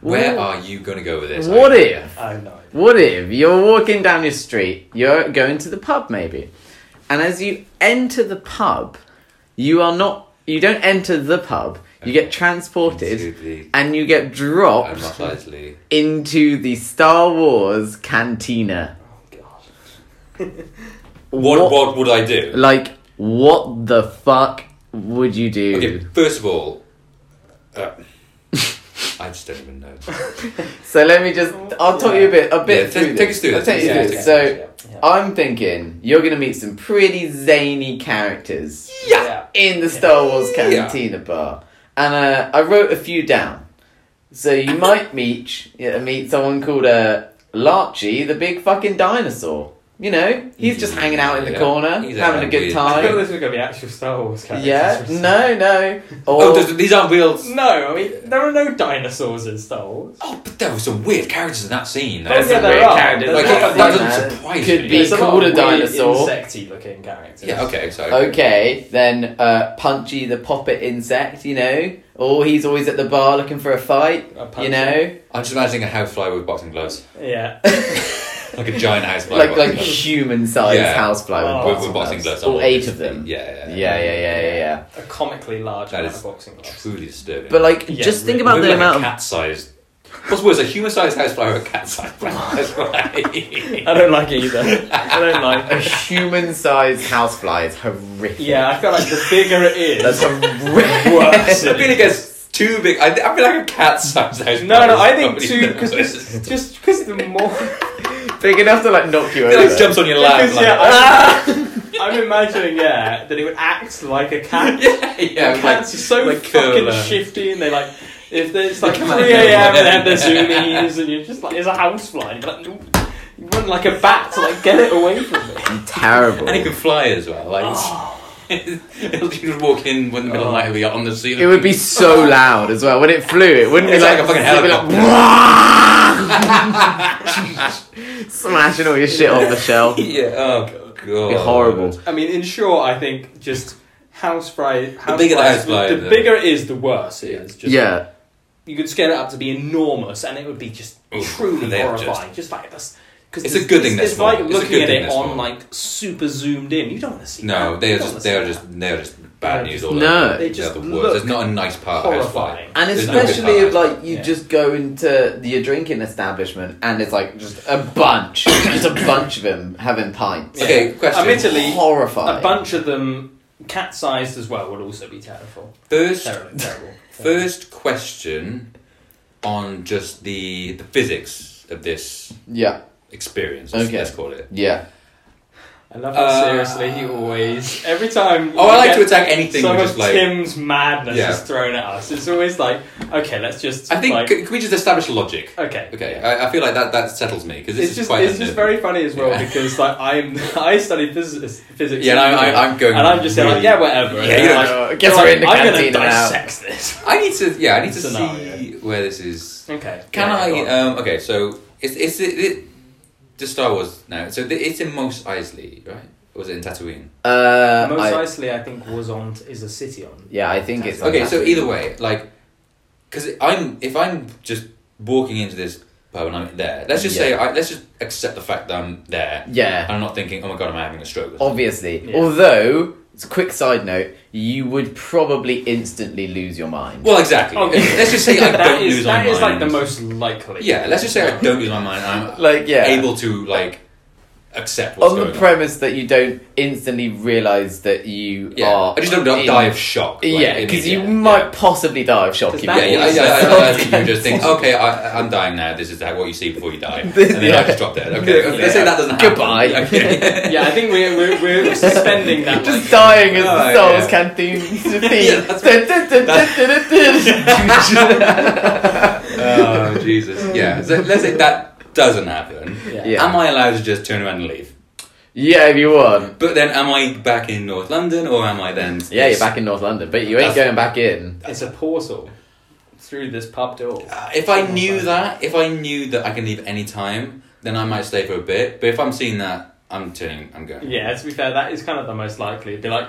[SPEAKER 4] Where are you gonna go with this?
[SPEAKER 3] What
[SPEAKER 4] I-
[SPEAKER 3] if?
[SPEAKER 5] I have no idea.
[SPEAKER 3] What if you're walking down your street, you're going to the pub maybe, and as you enter the pub, you are not, you don't enter the pub, you get transported
[SPEAKER 4] Absolutely.
[SPEAKER 3] and you get
[SPEAKER 4] I'm not
[SPEAKER 3] dropped
[SPEAKER 4] Leslie.
[SPEAKER 3] into the Star Wars cantina.
[SPEAKER 5] Oh, God.
[SPEAKER 4] What, what would I do?
[SPEAKER 3] Like, what the fuck would you do?
[SPEAKER 4] Okay, first of all, uh, I just don't even know.
[SPEAKER 3] So let me just, I'll talk you a bit, a
[SPEAKER 4] Yeah, take-
[SPEAKER 3] bit through
[SPEAKER 4] take
[SPEAKER 3] this.
[SPEAKER 4] us through
[SPEAKER 3] I'll
[SPEAKER 4] this.
[SPEAKER 3] take you
[SPEAKER 4] Yeah,
[SPEAKER 3] through this.
[SPEAKER 4] yeah,
[SPEAKER 3] So
[SPEAKER 4] oh,
[SPEAKER 3] I'm thinking you're going to meet some pretty zany characters.
[SPEAKER 5] Yeah.
[SPEAKER 3] in the Star Wars cantina bar, and uh, I wrote a few down. So you might meet yeah, meet someone called uh, Larchie, the big fucking dinosaur. You know, he's just hanging out in the
[SPEAKER 4] Mm, Yeah.
[SPEAKER 3] corner,
[SPEAKER 4] He's
[SPEAKER 3] having a
[SPEAKER 4] having
[SPEAKER 3] good
[SPEAKER 4] weird-
[SPEAKER 5] I thought
[SPEAKER 3] time.
[SPEAKER 5] this was going to be actual Star Wars characters.
[SPEAKER 3] Yeah,
[SPEAKER 5] or something.
[SPEAKER 3] no, no.
[SPEAKER 4] Oh,
[SPEAKER 3] Or
[SPEAKER 4] there's- these aren't real.
[SPEAKER 5] No, I mean, there are no dinosaurs in Star Wars.
[SPEAKER 4] Oh, but there were some weird characters in that scene. though.
[SPEAKER 5] Oh, yeah,
[SPEAKER 4] Some
[SPEAKER 5] there
[SPEAKER 4] weird
[SPEAKER 5] are.
[SPEAKER 4] characters. Like,
[SPEAKER 5] There's a lot of
[SPEAKER 4] that
[SPEAKER 5] things
[SPEAKER 4] doesn't
[SPEAKER 3] that
[SPEAKER 4] surprise
[SPEAKER 3] could
[SPEAKER 4] me.
[SPEAKER 3] be- He's
[SPEAKER 5] There's a lot
[SPEAKER 3] called
[SPEAKER 5] of
[SPEAKER 3] a
[SPEAKER 5] weird
[SPEAKER 3] dinosaur.
[SPEAKER 5] Insecty looking characters.
[SPEAKER 4] Yeah. Okay. Sorry.
[SPEAKER 3] Oh, okay, then uh, Punchy the poppet insect. You know, or he's always at the bar looking for a fight.
[SPEAKER 5] A
[SPEAKER 3] you
[SPEAKER 5] Punchy.
[SPEAKER 3] know,
[SPEAKER 4] I'm just imagining a housefly with boxing gloves,
[SPEAKER 5] Yeah.
[SPEAKER 4] like a giant housefly.
[SPEAKER 3] like
[SPEAKER 4] with
[SPEAKER 3] like
[SPEAKER 4] boxing gloves.
[SPEAKER 3] human sized
[SPEAKER 4] Yeah.
[SPEAKER 3] housefly with,
[SPEAKER 5] Oh.
[SPEAKER 4] with,
[SPEAKER 3] boxing
[SPEAKER 4] with boxing
[SPEAKER 3] gloves.
[SPEAKER 4] gloves.
[SPEAKER 3] All
[SPEAKER 4] on.
[SPEAKER 3] eight of them.
[SPEAKER 4] Yeah.
[SPEAKER 3] Yeah, yeah, yeah, yeah, yeah.
[SPEAKER 5] A comically large
[SPEAKER 4] That
[SPEAKER 5] amount
[SPEAKER 4] is
[SPEAKER 5] of boxing gloves.
[SPEAKER 4] Truly disturbing.
[SPEAKER 3] But like,
[SPEAKER 5] Yeah,
[SPEAKER 3] just think
[SPEAKER 5] really.
[SPEAKER 3] about
[SPEAKER 4] Maybe like
[SPEAKER 3] the amount
[SPEAKER 4] a
[SPEAKER 3] of.
[SPEAKER 4] cat-sized. What's worse, a human-sized housefly or a cat-sized
[SPEAKER 5] I
[SPEAKER 4] housefly?
[SPEAKER 5] don't like it either. I don't like
[SPEAKER 3] A
[SPEAKER 5] it.
[SPEAKER 3] human-sized housefly is horrific.
[SPEAKER 5] Yeah, I feel like the bigger it is,
[SPEAKER 3] that's horrific.
[SPEAKER 5] worse.
[SPEAKER 4] I feel like it's too big. I, I feel like a cat-sized housefly.
[SPEAKER 5] No, no,
[SPEAKER 4] is
[SPEAKER 5] I think
[SPEAKER 4] probably
[SPEAKER 5] too
[SPEAKER 4] the
[SPEAKER 5] because
[SPEAKER 4] worst.
[SPEAKER 5] just because the more
[SPEAKER 3] Big enough to like knock you
[SPEAKER 4] It
[SPEAKER 3] over.
[SPEAKER 4] like jumps on your lap.
[SPEAKER 5] because,
[SPEAKER 4] like-
[SPEAKER 5] yeah, I'm, I'm imagining yeah that it would act like a cat.
[SPEAKER 4] yeah, yeah,
[SPEAKER 5] And cats are so
[SPEAKER 4] like
[SPEAKER 5] fucking
[SPEAKER 4] curler.
[SPEAKER 5] shifty, and they like if they- it's like
[SPEAKER 4] come
[SPEAKER 5] three
[SPEAKER 4] out of
[SPEAKER 5] a.m. and
[SPEAKER 4] nowhere.
[SPEAKER 5] they have their zoomies, and you're just like there's a housefly. You're like, "Nope." you run like a bat to like get it away from me.
[SPEAKER 3] Terrible.
[SPEAKER 4] And it can fly as well. Like it's- it'll just walk in when the middle of the night we got on the ceiling.
[SPEAKER 3] Oh. It would be so loud as well when it flew. It wouldn't
[SPEAKER 4] It's
[SPEAKER 3] be
[SPEAKER 4] like
[SPEAKER 3] like,
[SPEAKER 4] a fucking
[SPEAKER 3] it'd be like, smashing all your shit off the shelf. It'd
[SPEAKER 4] Yeah. Oh god.
[SPEAKER 3] be horrible.
[SPEAKER 5] I mean, in short, I think just house fry. House
[SPEAKER 4] bigger the
[SPEAKER 5] fries-
[SPEAKER 4] housefly,
[SPEAKER 5] the,
[SPEAKER 4] the-
[SPEAKER 5] bigger it is, the worse it is. Just,
[SPEAKER 3] Yeah,
[SPEAKER 5] you could scale it up to be enormous, and it would be just
[SPEAKER 4] Oof,
[SPEAKER 5] truly
[SPEAKER 4] they are
[SPEAKER 5] horrifying. Just, like this. Cause
[SPEAKER 4] It's a good thing they're
[SPEAKER 5] It's like
[SPEAKER 4] small. It's a
[SPEAKER 5] looking
[SPEAKER 4] good
[SPEAKER 5] at
[SPEAKER 4] thing
[SPEAKER 5] it
[SPEAKER 4] they're
[SPEAKER 5] on
[SPEAKER 4] small.
[SPEAKER 5] like super zoomed in. You don't want to see.
[SPEAKER 4] No,
[SPEAKER 5] that.
[SPEAKER 4] they
[SPEAKER 5] You
[SPEAKER 4] are
[SPEAKER 5] don't
[SPEAKER 4] just
[SPEAKER 5] wanna
[SPEAKER 4] they
[SPEAKER 5] see
[SPEAKER 4] are
[SPEAKER 5] that.
[SPEAKER 4] just they are just bad
[SPEAKER 5] They
[SPEAKER 4] news
[SPEAKER 5] just-
[SPEAKER 4] all
[SPEAKER 3] no.
[SPEAKER 4] over.
[SPEAKER 5] They
[SPEAKER 4] the
[SPEAKER 5] just
[SPEAKER 4] other
[SPEAKER 5] look
[SPEAKER 4] words. There's not a nice part of
[SPEAKER 5] horrifying.
[SPEAKER 4] housefly.
[SPEAKER 3] and
[SPEAKER 4] There's no good
[SPEAKER 3] especially
[SPEAKER 4] part.
[SPEAKER 3] if like you
[SPEAKER 5] Yeah.
[SPEAKER 3] just go into your drinking establishment and it's like just a bunch, just a bunch of them having pints.
[SPEAKER 5] Yeah.
[SPEAKER 4] Okay, question.
[SPEAKER 5] Admittedly,
[SPEAKER 3] Horrifying.
[SPEAKER 5] A bunch of them, cat-sized as well, would also be terrible.
[SPEAKER 4] First,
[SPEAKER 5] Terrible, terrible.
[SPEAKER 4] first question on just the the physics of this
[SPEAKER 3] Yeah,
[SPEAKER 4] experience. Let's,
[SPEAKER 3] Okay.
[SPEAKER 4] let's call it.
[SPEAKER 3] yeah.
[SPEAKER 5] I love how
[SPEAKER 4] Uh,
[SPEAKER 5] seriously he always. Every time.
[SPEAKER 4] Oh, I
[SPEAKER 5] we
[SPEAKER 4] like
[SPEAKER 5] get
[SPEAKER 4] to attack anything
[SPEAKER 5] Some
[SPEAKER 4] with
[SPEAKER 5] of
[SPEAKER 4] just, like-
[SPEAKER 5] Tim's madness
[SPEAKER 4] Yeah.
[SPEAKER 5] is thrown at us. It's always like, okay, let's just.
[SPEAKER 4] I think
[SPEAKER 5] like-
[SPEAKER 4] c- can we just establish logic?
[SPEAKER 5] okay.
[SPEAKER 4] Okay, I, I feel like that that settles me because this
[SPEAKER 5] It's
[SPEAKER 4] is
[SPEAKER 5] just
[SPEAKER 4] quite.
[SPEAKER 5] it's just very funny as well
[SPEAKER 4] Yeah.
[SPEAKER 5] because like I'm I study physics physics
[SPEAKER 4] Yeah, and
[SPEAKER 5] and
[SPEAKER 4] I- I- I'm going
[SPEAKER 5] and I'm just saying like
[SPEAKER 4] really-
[SPEAKER 5] yeah whatever and
[SPEAKER 4] Yeah,
[SPEAKER 5] they're
[SPEAKER 4] you're
[SPEAKER 5] like,
[SPEAKER 3] like, "Guess
[SPEAKER 5] they're
[SPEAKER 3] we're in the
[SPEAKER 5] I'm
[SPEAKER 3] canteen now."
[SPEAKER 5] gonna dissect this
[SPEAKER 4] I need to yeah I need to
[SPEAKER 5] Scenario.
[SPEAKER 4] see where this is.
[SPEAKER 5] okay
[SPEAKER 4] Can
[SPEAKER 5] yeah, go
[SPEAKER 4] I?
[SPEAKER 5] on.
[SPEAKER 4] Um, okay, so it's it's it, it, the Star Wars now. So the, it's in Mos Eisley, right? Or was it in Tatooine?
[SPEAKER 3] Uh,
[SPEAKER 5] Most
[SPEAKER 3] I,
[SPEAKER 5] Eisley, I think, was on is a city on.
[SPEAKER 3] yeah, I think it's. on
[SPEAKER 4] Okay, so
[SPEAKER 3] Tatooine.
[SPEAKER 4] either way, like, because I'm if I'm just walking into this pub and I'm there, let's just say
[SPEAKER 3] Yeah.
[SPEAKER 4] I, let's just accept the fact that I'm there.
[SPEAKER 3] Yeah.
[SPEAKER 4] and I'm not thinking, oh my god, am I having a stroke? or something.
[SPEAKER 3] Obviously.
[SPEAKER 5] Yeah.
[SPEAKER 3] Although, it's a quick side note, you would probably instantly lose your mind.
[SPEAKER 4] Well, exactly. Let's just say I
[SPEAKER 5] Oh, That
[SPEAKER 4] don't
[SPEAKER 5] is-
[SPEAKER 4] lose my
[SPEAKER 5] that
[SPEAKER 4] mind.
[SPEAKER 5] is, like the most likely.
[SPEAKER 4] Yeah, let's just say I don't lose my mind. and I'm
[SPEAKER 3] Like, yeah.
[SPEAKER 4] able to like accept what's
[SPEAKER 3] on the
[SPEAKER 4] going on.
[SPEAKER 3] premise that you don't instantly realise that you
[SPEAKER 4] Yeah,
[SPEAKER 3] are.
[SPEAKER 4] I just don't
[SPEAKER 3] in-
[SPEAKER 4] die of shock. like,
[SPEAKER 3] Oh, yeah,
[SPEAKER 4] in-
[SPEAKER 3] because you
[SPEAKER 4] yeah,
[SPEAKER 3] might
[SPEAKER 4] yeah.
[SPEAKER 3] possibly die of shock.
[SPEAKER 5] Does
[SPEAKER 3] you
[SPEAKER 5] that
[SPEAKER 4] Yeah,
[SPEAKER 3] know.
[SPEAKER 4] yeah,
[SPEAKER 5] Also,
[SPEAKER 4] yeah. I- I- I think you just think,
[SPEAKER 3] Self-cancel.
[SPEAKER 4] okay, I, I'm dying now. This is like what you see before you die, and
[SPEAKER 3] This-
[SPEAKER 4] then I
[SPEAKER 3] yeah.
[SPEAKER 4] just drop dead. Okay,
[SPEAKER 3] Yeah.
[SPEAKER 4] let's say that doesn't happen.
[SPEAKER 3] Goodbye.
[SPEAKER 4] Okay.
[SPEAKER 5] yeah. I think we're we're, we're suspending that.
[SPEAKER 3] Just
[SPEAKER 5] one.
[SPEAKER 3] dying as
[SPEAKER 4] Oh,
[SPEAKER 3] the Star Wars
[SPEAKER 4] yeah.
[SPEAKER 3] canteen
[SPEAKER 4] Yeah, that's right. oh Jesus! Yeah, so let's say that doesn't happen.
[SPEAKER 5] Yeah.
[SPEAKER 3] Yeah.
[SPEAKER 4] Am I allowed to just turn around and leave?
[SPEAKER 3] Yeah, if you want.
[SPEAKER 4] But then, am I back in North London, or am I then?
[SPEAKER 3] Yeah, you're back in North London, but you ain't
[SPEAKER 4] That's-
[SPEAKER 3] going back in.
[SPEAKER 5] It's a portal through this pub door.
[SPEAKER 4] Uh, if I knew that, if I knew that I can leave any time, then I might stay for a bit. But if I'm seeing that, I'm turning. I'm going.
[SPEAKER 5] Yeah, to be fair, that is kind of the most likely. It'd be like,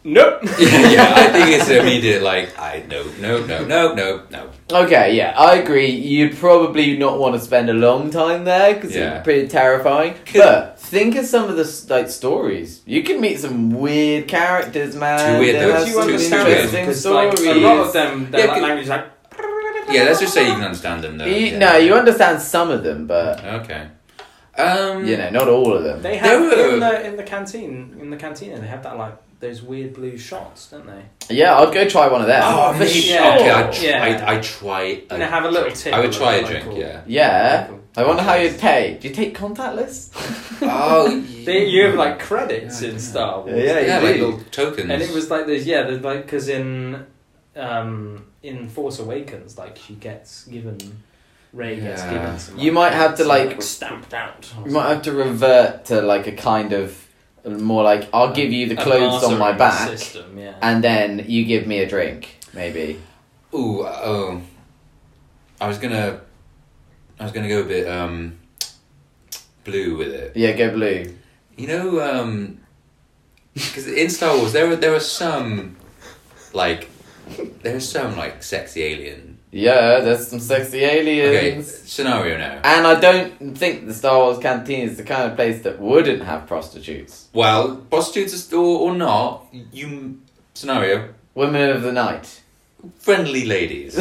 [SPEAKER 5] nope.
[SPEAKER 4] yeah, yeah, I think it's immediate. Like I no, no, no, no, no, no.
[SPEAKER 3] Okay, yeah, I agree. You'd probably not want to spend a long time there because
[SPEAKER 4] Yeah.
[SPEAKER 3] it's pretty terrifying.
[SPEAKER 4] Could-
[SPEAKER 3] But think of some of the s- like stories. You can meet some weird characters, man.
[SPEAKER 4] Too weird,
[SPEAKER 3] They
[SPEAKER 4] though.
[SPEAKER 3] have
[SPEAKER 5] Once
[SPEAKER 4] That's
[SPEAKER 5] you
[SPEAKER 3] some
[SPEAKER 4] too weird.
[SPEAKER 5] understand it,
[SPEAKER 3] interesting
[SPEAKER 5] because like
[SPEAKER 3] stories.
[SPEAKER 5] a lot of them, their
[SPEAKER 4] Yeah,
[SPEAKER 5] like,
[SPEAKER 4] c-
[SPEAKER 5] language is like.
[SPEAKER 4] Yeah, let's just say you can understand them though.
[SPEAKER 3] You-
[SPEAKER 4] yeah.
[SPEAKER 3] E, No, you understand some of them, but
[SPEAKER 4] Okay. Um.
[SPEAKER 3] you know, not all of them.
[SPEAKER 5] They have
[SPEAKER 4] were-
[SPEAKER 5] in the in the canteen in the cantina. They have that like those weird blue shots, don't they?
[SPEAKER 3] Yeah, I'd go try one of them.
[SPEAKER 4] Oh,
[SPEAKER 5] For
[SPEAKER 4] maybe.
[SPEAKER 5] sure.
[SPEAKER 4] Okay, I tr-
[SPEAKER 5] Yeah.
[SPEAKER 4] I, I try.
[SPEAKER 5] And have a little tip
[SPEAKER 4] I would
[SPEAKER 5] of
[SPEAKER 4] try a
[SPEAKER 5] what they
[SPEAKER 4] drink.
[SPEAKER 5] call-
[SPEAKER 4] Yeah.
[SPEAKER 3] Yeah, I wonder how you'd pay. Do you take contactless?
[SPEAKER 4] Oh.
[SPEAKER 5] They, you have like credits
[SPEAKER 4] Yeah,
[SPEAKER 5] in
[SPEAKER 4] yeah.
[SPEAKER 5] Star Wars.
[SPEAKER 3] Yeah,
[SPEAKER 4] yeah,
[SPEAKER 3] you
[SPEAKER 4] like
[SPEAKER 3] do.
[SPEAKER 4] little tokens.
[SPEAKER 5] And it was like there's yeah, there's like because in um, in Force Awakens, like she gets given Ray gets
[SPEAKER 4] Yeah.
[SPEAKER 5] given. Some,
[SPEAKER 3] You might have to,
[SPEAKER 5] some,
[SPEAKER 3] like,
[SPEAKER 5] stamped out.
[SPEAKER 3] You might have to revert to like a kind of more like I'll give you the
[SPEAKER 5] A
[SPEAKER 3] clothes on my
[SPEAKER 5] bartering
[SPEAKER 3] back,
[SPEAKER 5] System, yeah.
[SPEAKER 3] and then you give me a drink, maybe.
[SPEAKER 4] Ooh, uh, oh. I was gonna, I was gonna go a bit um, blue with it.
[SPEAKER 3] Yeah, go blue.
[SPEAKER 4] You know, um, because in Star Wars there are there are some, like, there are some like sexy alien.
[SPEAKER 3] Yeah, there's some sexy
[SPEAKER 4] Okay,
[SPEAKER 3] aliens.
[SPEAKER 4] scenario now.
[SPEAKER 3] And I don't think the Star Wars canteen is the kind of place that wouldn't have prostitutes.
[SPEAKER 4] Well, prostitutes or or not, you scenario
[SPEAKER 3] Women of the night.
[SPEAKER 4] friendly ladies,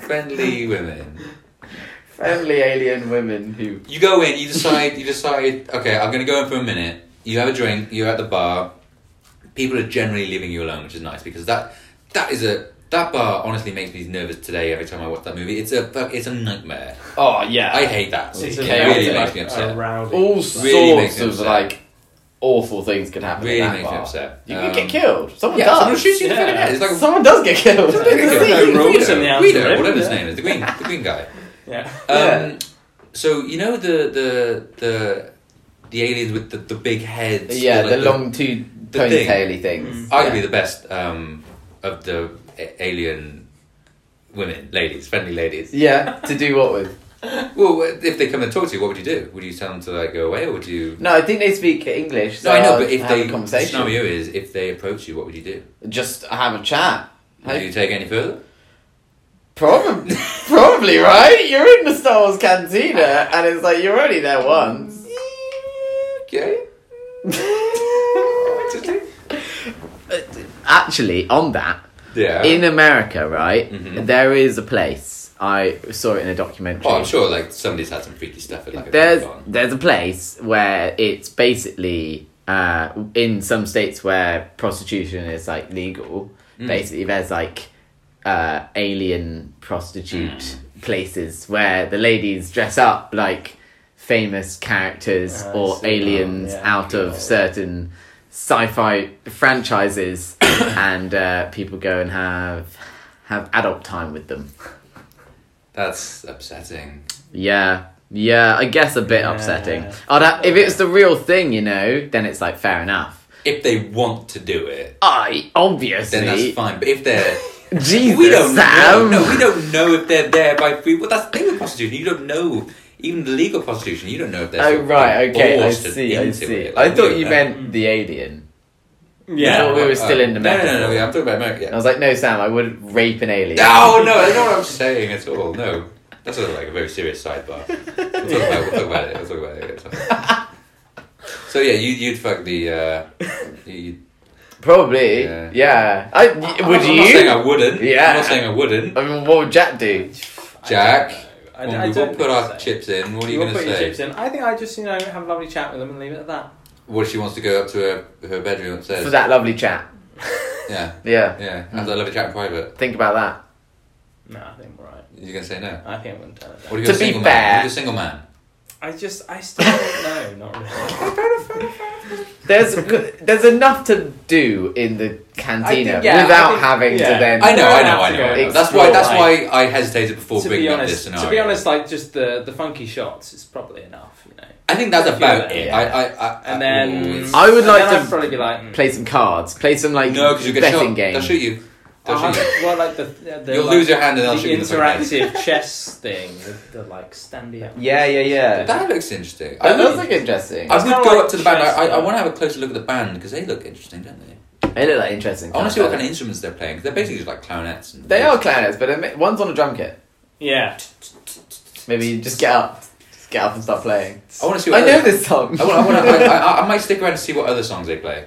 [SPEAKER 4] friendly women.
[SPEAKER 3] Friendly alien women who.
[SPEAKER 4] You go in, you decide, you decide, okay, I'm going to go in for a minute. You have a drink, you're at the bar. People are generally leaving you alone, which is nice because that that is a that bar honestly makes me nervous today every time I watch that movie. It's a fuck- it's a nightmare.
[SPEAKER 3] Oh, yeah.
[SPEAKER 4] I hate that. It
[SPEAKER 5] It's
[SPEAKER 3] Okay,
[SPEAKER 5] about,
[SPEAKER 4] really
[SPEAKER 3] yeah.
[SPEAKER 4] makes
[SPEAKER 5] like,
[SPEAKER 4] me
[SPEAKER 5] a
[SPEAKER 4] upset.
[SPEAKER 5] rowdy-
[SPEAKER 3] All
[SPEAKER 4] Really makes
[SPEAKER 3] sorts
[SPEAKER 4] me upset.
[SPEAKER 3] of, like, awful things can happen.
[SPEAKER 4] Really
[SPEAKER 3] in that
[SPEAKER 4] makes me
[SPEAKER 3] bar.
[SPEAKER 4] upset.
[SPEAKER 3] You
[SPEAKER 4] Um,
[SPEAKER 3] could get killed. Someone
[SPEAKER 4] Yeah,
[SPEAKER 3] does.
[SPEAKER 4] someone shoots you in the
[SPEAKER 5] Yeah.
[SPEAKER 4] fucking head. It's like a
[SPEAKER 3] Someone does get killed.
[SPEAKER 5] Someone does get
[SPEAKER 4] no
[SPEAKER 5] killed.
[SPEAKER 3] Guido.
[SPEAKER 5] rules in the
[SPEAKER 4] Guido,
[SPEAKER 5] outer
[SPEAKER 4] Guido,
[SPEAKER 5] rim,
[SPEAKER 4] whatever his
[SPEAKER 5] yeah.
[SPEAKER 4] name is, the green, the green guy.
[SPEAKER 5] Yeah.
[SPEAKER 4] Um,
[SPEAKER 3] Yeah.
[SPEAKER 4] So you know the the the the aliens with the, the big heads.
[SPEAKER 3] Yeah,
[SPEAKER 4] like
[SPEAKER 3] the long two
[SPEAKER 4] the thing.
[SPEAKER 3] ponytaily things.
[SPEAKER 4] arguably
[SPEAKER 3] Yeah.
[SPEAKER 4] the best um, of the a- alien women, ladies, friendly ladies.
[SPEAKER 3] Yeah, to do what with?
[SPEAKER 4] Well, if they come and talk to you, what would you do? Would you tell them to like go away, or would you?
[SPEAKER 3] No, I think they speak English. So
[SPEAKER 4] no, I know,
[SPEAKER 3] I'll
[SPEAKER 4] but if
[SPEAKER 3] have
[SPEAKER 4] they
[SPEAKER 3] a
[SPEAKER 4] the
[SPEAKER 3] conversation,
[SPEAKER 4] scenario is if they approach you, what would you do?
[SPEAKER 3] just have a chat.
[SPEAKER 4] Would you take any further?
[SPEAKER 3] Probably, probably right. You're in the Star Wars cantina, and it's like you're only there once.
[SPEAKER 4] Okay.
[SPEAKER 3] Actually, on that,
[SPEAKER 4] Yeah.
[SPEAKER 3] in America, right,
[SPEAKER 4] Mhm.
[SPEAKER 3] there is a place. I saw it in a documentary.
[SPEAKER 4] oh, I'm sure like somebody's had some freaky stuff at like a
[SPEAKER 3] there's
[SPEAKER 4] con.
[SPEAKER 3] there's a place where it's basically uh, in some states where prostitution is like legal.
[SPEAKER 5] Mm.
[SPEAKER 3] Basically, there's like uh,
[SPEAKER 5] Mm.
[SPEAKER 3] alien prostitute places where the ladies dress up like famous characters
[SPEAKER 5] Ah, I
[SPEAKER 3] or
[SPEAKER 5] see.
[SPEAKER 3] aliens
[SPEAKER 5] Yeah.
[SPEAKER 3] out of certain sci-fi franchises, and uh, people go and have have adult time with them.
[SPEAKER 4] That's upsetting.
[SPEAKER 3] Yeah. Yeah, I guess a bit
[SPEAKER 5] Yeah.
[SPEAKER 3] upsetting. I'd ha- if it's the real thing, you know, then it's like fair enough.
[SPEAKER 4] If they want to do it,
[SPEAKER 3] I obviously
[SPEAKER 4] then that's fine. But if they're
[SPEAKER 3] Jesus
[SPEAKER 4] we don't
[SPEAKER 3] Sam.
[SPEAKER 4] know. No, we don't know if they're there by free. Well, that's the thing with prostitution. You don't know. Even the legal prostitution, you don't know if they're.
[SPEAKER 3] Oh
[SPEAKER 4] sort of
[SPEAKER 3] right, okay, I
[SPEAKER 4] forced
[SPEAKER 3] see, I
[SPEAKER 4] into
[SPEAKER 3] see.
[SPEAKER 4] it. Like,
[SPEAKER 3] I
[SPEAKER 4] we
[SPEAKER 3] thought
[SPEAKER 4] don't
[SPEAKER 3] you
[SPEAKER 4] know.
[SPEAKER 3] meant the alien.
[SPEAKER 5] Yeah.
[SPEAKER 3] thought we were still in the
[SPEAKER 4] no, no, no, no,
[SPEAKER 3] metaphor.
[SPEAKER 4] yeah, I'm talking about America.
[SPEAKER 3] I
[SPEAKER 4] Yeah.
[SPEAKER 3] was like, no, Sam, I wouldn't rape an alien.
[SPEAKER 4] No, no, that's not what I'm saying at all. No, that's sort of like a very serious sidebar. We'll talk about, we'll talk about it. We'll talk about it. It's fine. So yeah, you, you'd fuck the. Uh, you, you-
[SPEAKER 3] Probably.
[SPEAKER 4] Yeah.
[SPEAKER 3] Yeah. I, y- would
[SPEAKER 4] I'm not saying
[SPEAKER 3] you?
[SPEAKER 4] I wouldn't.
[SPEAKER 3] Yeah.
[SPEAKER 4] I'm not saying I wouldn't.
[SPEAKER 3] I mean, what would Jack do?
[SPEAKER 4] Jack,
[SPEAKER 5] I,
[SPEAKER 4] when
[SPEAKER 5] I
[SPEAKER 4] we
[SPEAKER 5] don't
[SPEAKER 4] will put our
[SPEAKER 5] think so.
[SPEAKER 4] chips in. What are you
[SPEAKER 5] We'll
[SPEAKER 4] going to
[SPEAKER 5] put
[SPEAKER 4] say?
[SPEAKER 5] your chips in. I think I just you know have a lovely chat with them and leave it at that.
[SPEAKER 4] What if she wants to go up to her, her bedroom upstairs?
[SPEAKER 3] For that lovely chat.
[SPEAKER 4] Yeah,
[SPEAKER 3] Yeah.
[SPEAKER 4] yeah. As I love a chat in private,
[SPEAKER 3] Think about that.
[SPEAKER 5] No, I think we're right.
[SPEAKER 4] you're gonna say no.
[SPEAKER 5] I think I'm going to turn it down.
[SPEAKER 4] What if
[SPEAKER 3] To
[SPEAKER 4] you're a
[SPEAKER 3] be
[SPEAKER 4] single
[SPEAKER 3] fair-
[SPEAKER 4] man? What if you're a single man?
[SPEAKER 5] I just, I still don't know. Not really.
[SPEAKER 3] There's there's enough to do in the cantina
[SPEAKER 5] think- yeah, I
[SPEAKER 3] without
[SPEAKER 5] think-
[SPEAKER 3] having
[SPEAKER 5] yeah.
[SPEAKER 3] to then.
[SPEAKER 4] I know, I know, I
[SPEAKER 5] have to
[SPEAKER 4] know. I
[SPEAKER 5] go
[SPEAKER 4] know. That's why. That's why I hesitated before
[SPEAKER 5] to be
[SPEAKER 4] bringing up this
[SPEAKER 5] honest,
[SPEAKER 4] scenario.
[SPEAKER 5] to be honest, like just the the funky shots is probably enough, you know.
[SPEAKER 4] I think that's
[SPEAKER 5] I feel
[SPEAKER 4] about
[SPEAKER 5] that,
[SPEAKER 4] it.
[SPEAKER 3] yeah.
[SPEAKER 4] I, I, I,
[SPEAKER 5] And
[SPEAKER 4] I-
[SPEAKER 5] then
[SPEAKER 4] Uh, ooh, it's-
[SPEAKER 3] I would
[SPEAKER 5] and
[SPEAKER 3] like
[SPEAKER 5] then
[SPEAKER 3] to
[SPEAKER 5] I'd probably be like mm.
[SPEAKER 3] Play some cards. Play some like
[SPEAKER 4] no, because you get
[SPEAKER 3] betting
[SPEAKER 4] shot.
[SPEAKER 3] game.
[SPEAKER 4] They'll shoot you. They'll
[SPEAKER 5] hmm. I'll
[SPEAKER 4] shoot you.
[SPEAKER 5] have- well, like the, the, Uh-huh. the
[SPEAKER 4] You'll
[SPEAKER 5] like,
[SPEAKER 4] lose your hand and they'll
[SPEAKER 5] the
[SPEAKER 4] shoot you in the fucking
[SPEAKER 5] interactive chess thing, with the, like standing up.
[SPEAKER 3] Yeah, yeah, yeah. That,
[SPEAKER 4] That looks interesting. I
[SPEAKER 3] that does
[SPEAKER 4] would,
[SPEAKER 3] look interesting.
[SPEAKER 4] I would
[SPEAKER 5] kinda
[SPEAKER 4] go
[SPEAKER 5] like
[SPEAKER 4] up to the band.
[SPEAKER 5] chess,
[SPEAKER 4] I, I
[SPEAKER 5] though.
[SPEAKER 4] want to have a closer look at the band because they look interesting, don't they?
[SPEAKER 3] They look like interesting.
[SPEAKER 4] I want to see what kind
[SPEAKER 3] cards.
[SPEAKER 4] of instruments they're playing. 'cause They're basically just like clarinets. And
[SPEAKER 3] They are clarinets, but admit- one's on a drum kit.
[SPEAKER 5] Yeah,
[SPEAKER 3] Maybe you just get up, just get up and start playing.
[SPEAKER 4] I want to see.
[SPEAKER 3] I
[SPEAKER 4] What
[SPEAKER 3] know
[SPEAKER 4] other-
[SPEAKER 3] this song.
[SPEAKER 4] I, wanna, I, wanna, I, I, I might stick around to see what other songs they play.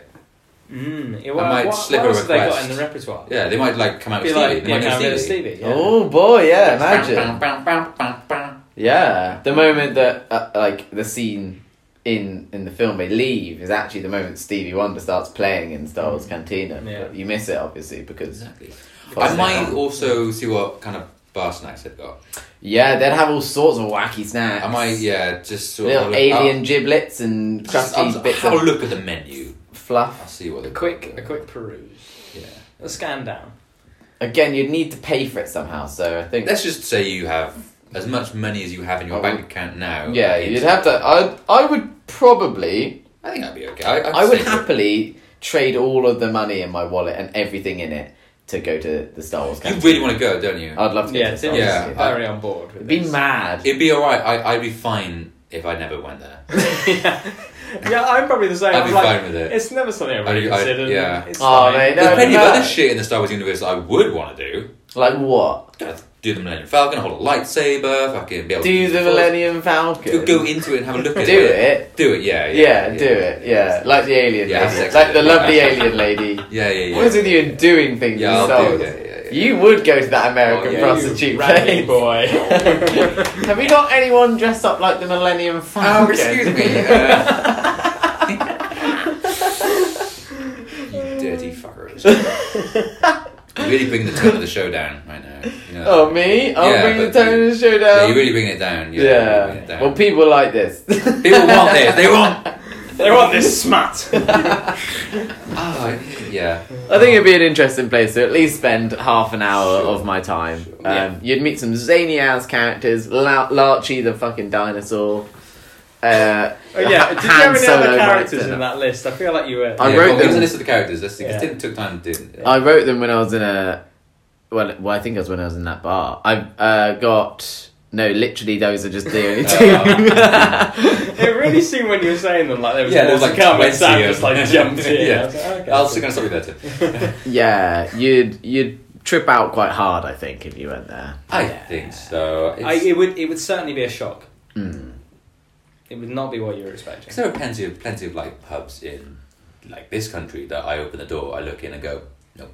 [SPEAKER 5] mm. yeah
[SPEAKER 4] might
[SPEAKER 5] well, what,
[SPEAKER 4] slip
[SPEAKER 5] what
[SPEAKER 4] a
[SPEAKER 5] else have they got
[SPEAKER 4] request.
[SPEAKER 5] in the repertoire?
[SPEAKER 4] Yeah, they might like come out
[SPEAKER 5] be
[SPEAKER 4] with
[SPEAKER 5] like,
[SPEAKER 4] Stevie.
[SPEAKER 5] yeah,
[SPEAKER 4] they
[SPEAKER 5] can I
[SPEAKER 4] might
[SPEAKER 5] go
[SPEAKER 4] know
[SPEAKER 5] to
[SPEAKER 4] Stevie.
[SPEAKER 5] Stevie? Yeah.
[SPEAKER 3] Oh boy, yeah, imagine.
[SPEAKER 4] Imagine.
[SPEAKER 3] Yeah, the moment that uh, like the scene in in the film they leave is actually the moment Stevie Wonder starts playing in Star
[SPEAKER 4] Mm.
[SPEAKER 3] Wars Cantina.
[SPEAKER 5] Yeah.
[SPEAKER 3] But you miss it obviously because
[SPEAKER 4] Exactly. I
[SPEAKER 3] Possibly
[SPEAKER 4] might
[SPEAKER 3] not.
[SPEAKER 4] also see what kind of bar snacks they've got.
[SPEAKER 3] yeah, they'd have all sorts of wacky snacks.
[SPEAKER 4] I might, yeah, just sort
[SPEAKER 3] Little
[SPEAKER 4] of look-
[SPEAKER 3] alien
[SPEAKER 4] I'll-
[SPEAKER 3] giblets and
[SPEAKER 4] just- I'll,
[SPEAKER 3] crusty
[SPEAKER 4] I'll
[SPEAKER 3] bits
[SPEAKER 4] have a
[SPEAKER 3] of
[SPEAKER 4] look at the menu. I'll
[SPEAKER 3] fluff.
[SPEAKER 4] see what
[SPEAKER 5] A
[SPEAKER 4] they've
[SPEAKER 5] quick,
[SPEAKER 4] got.
[SPEAKER 5] a quick peruse,
[SPEAKER 4] Yeah.
[SPEAKER 5] a scan down.
[SPEAKER 3] Again, you'd need to pay for it somehow. So I think
[SPEAKER 4] Let's just say you have as much money as you have in your
[SPEAKER 3] Oh.
[SPEAKER 4] bank account now.
[SPEAKER 3] yeah, you'd
[SPEAKER 4] It's-
[SPEAKER 3] have to. I I would probably
[SPEAKER 4] I think that'd be okay. I, I'd
[SPEAKER 3] I would
[SPEAKER 4] say-
[SPEAKER 3] happily trade all of the money in my wallet and everything in it to go to the Star Wars.
[SPEAKER 4] You
[SPEAKER 3] Cantina.
[SPEAKER 4] really want to go, don't you?
[SPEAKER 3] I'd love to. Go to
[SPEAKER 5] Yeah,
[SPEAKER 3] the
[SPEAKER 5] Tim's
[SPEAKER 3] Star Wars
[SPEAKER 4] Yeah.
[SPEAKER 3] Cantina.
[SPEAKER 5] very on board with
[SPEAKER 3] It'd be
[SPEAKER 5] this.
[SPEAKER 3] mad.
[SPEAKER 4] It'd be alright. I, I'd be fine if I never went there.
[SPEAKER 5] yeah. yeah, I'm probably the same.
[SPEAKER 4] I'd
[SPEAKER 5] I'm
[SPEAKER 4] be
[SPEAKER 5] like,
[SPEAKER 4] fine with it.
[SPEAKER 5] it's never something I really
[SPEAKER 4] I- I-
[SPEAKER 5] considered.
[SPEAKER 4] yeah.
[SPEAKER 5] It's
[SPEAKER 3] Oh,
[SPEAKER 5] fine.
[SPEAKER 3] mate, no,
[SPEAKER 4] There's plenty of
[SPEAKER 3] no.
[SPEAKER 4] other shit in the Star Wars universe that I would want to do.
[SPEAKER 3] like what?
[SPEAKER 4] Gonna do the Millennium Falcon, hold a lightsaber, fucking be able to
[SPEAKER 3] Do
[SPEAKER 4] use
[SPEAKER 3] the
[SPEAKER 4] Force.
[SPEAKER 3] Millennium Falcon.
[SPEAKER 4] Go, go into it and have a look at
[SPEAKER 3] Do
[SPEAKER 4] it.
[SPEAKER 3] it.
[SPEAKER 4] Do it, yeah.
[SPEAKER 3] yeah, do it. Yeah, like the alien
[SPEAKER 4] Yeah,
[SPEAKER 3] lady,
[SPEAKER 4] sex
[SPEAKER 3] like the
[SPEAKER 4] with it.
[SPEAKER 3] lovely alien lady.
[SPEAKER 4] Yeah, yeah, yeah.
[SPEAKER 3] What is with you in doing things
[SPEAKER 4] Yeah,
[SPEAKER 3] in
[SPEAKER 4] I'll
[SPEAKER 3] Star
[SPEAKER 4] do
[SPEAKER 3] Wars?
[SPEAKER 4] it. Yeah, yeah, yeah.
[SPEAKER 3] You would go to that American
[SPEAKER 4] Oh, yeah,
[SPEAKER 3] prostitute place.
[SPEAKER 5] Randy boy.
[SPEAKER 3] Have we got anyone dressed up like the Millennium Falcon?
[SPEAKER 4] Oh, excuse me. Uh... you dirty fuckers. You're really bringing the tone of the show down right now. You know that.
[SPEAKER 3] Oh me? I'll
[SPEAKER 4] Yeah,
[SPEAKER 3] bring the
[SPEAKER 4] but
[SPEAKER 3] tone of the show
[SPEAKER 4] Yeah,
[SPEAKER 3] down.
[SPEAKER 4] you're really bringing it down. Yeah. you're really
[SPEAKER 3] Yeah.
[SPEAKER 4] bringing it down.
[SPEAKER 3] Well, people like this.
[SPEAKER 4] people want this. They want.
[SPEAKER 5] they want this smut.
[SPEAKER 4] Oh, yeah.
[SPEAKER 3] I think it'd be an interesting place to at least spend half an hour
[SPEAKER 4] Um, Sure.
[SPEAKER 3] of my time.
[SPEAKER 4] Sure.
[SPEAKER 3] Um,
[SPEAKER 5] Yeah.
[SPEAKER 3] You'd meet some zany ass characters, La- Larchie the fucking dinosaur. Uh,
[SPEAKER 5] Oh, yeah, did you
[SPEAKER 3] Han
[SPEAKER 5] have any
[SPEAKER 3] Solo
[SPEAKER 5] other
[SPEAKER 3] writes
[SPEAKER 5] characters
[SPEAKER 3] it
[SPEAKER 5] in
[SPEAKER 3] up.
[SPEAKER 5] that list? I feel like you were.
[SPEAKER 3] I
[SPEAKER 4] yeah,
[SPEAKER 3] wrote
[SPEAKER 4] well, There's a
[SPEAKER 3] them-
[SPEAKER 4] list of the characters. That's
[SPEAKER 5] Yeah.
[SPEAKER 4] it didn't took time to do.
[SPEAKER 3] I wrote them when I was in a. Well, well, I think it was when I was in that bar. I uh, got no, literally those are just the only two.
[SPEAKER 5] It really seemed when you were saying them like there was
[SPEAKER 4] Yeah,
[SPEAKER 5] more
[SPEAKER 4] there's
[SPEAKER 5] to
[SPEAKER 4] like
[SPEAKER 5] come, and
[SPEAKER 4] 20
[SPEAKER 5] Sam
[SPEAKER 4] of
[SPEAKER 5] just
[SPEAKER 4] them.
[SPEAKER 5] like jumped in.
[SPEAKER 4] Yeah.
[SPEAKER 5] I was like, okay.
[SPEAKER 4] I'll stick on something better.
[SPEAKER 3] yeah, you'd you'd trip out quite hard, I think, if you went there.
[SPEAKER 4] I think so. It's,
[SPEAKER 5] I, it would it would certainly be a shock.
[SPEAKER 3] Hmm.
[SPEAKER 5] It would not be what you were expecting.
[SPEAKER 4] 'cause there are plenty of plenty of like pubs in like this country that I open the door, I look in and go, nope.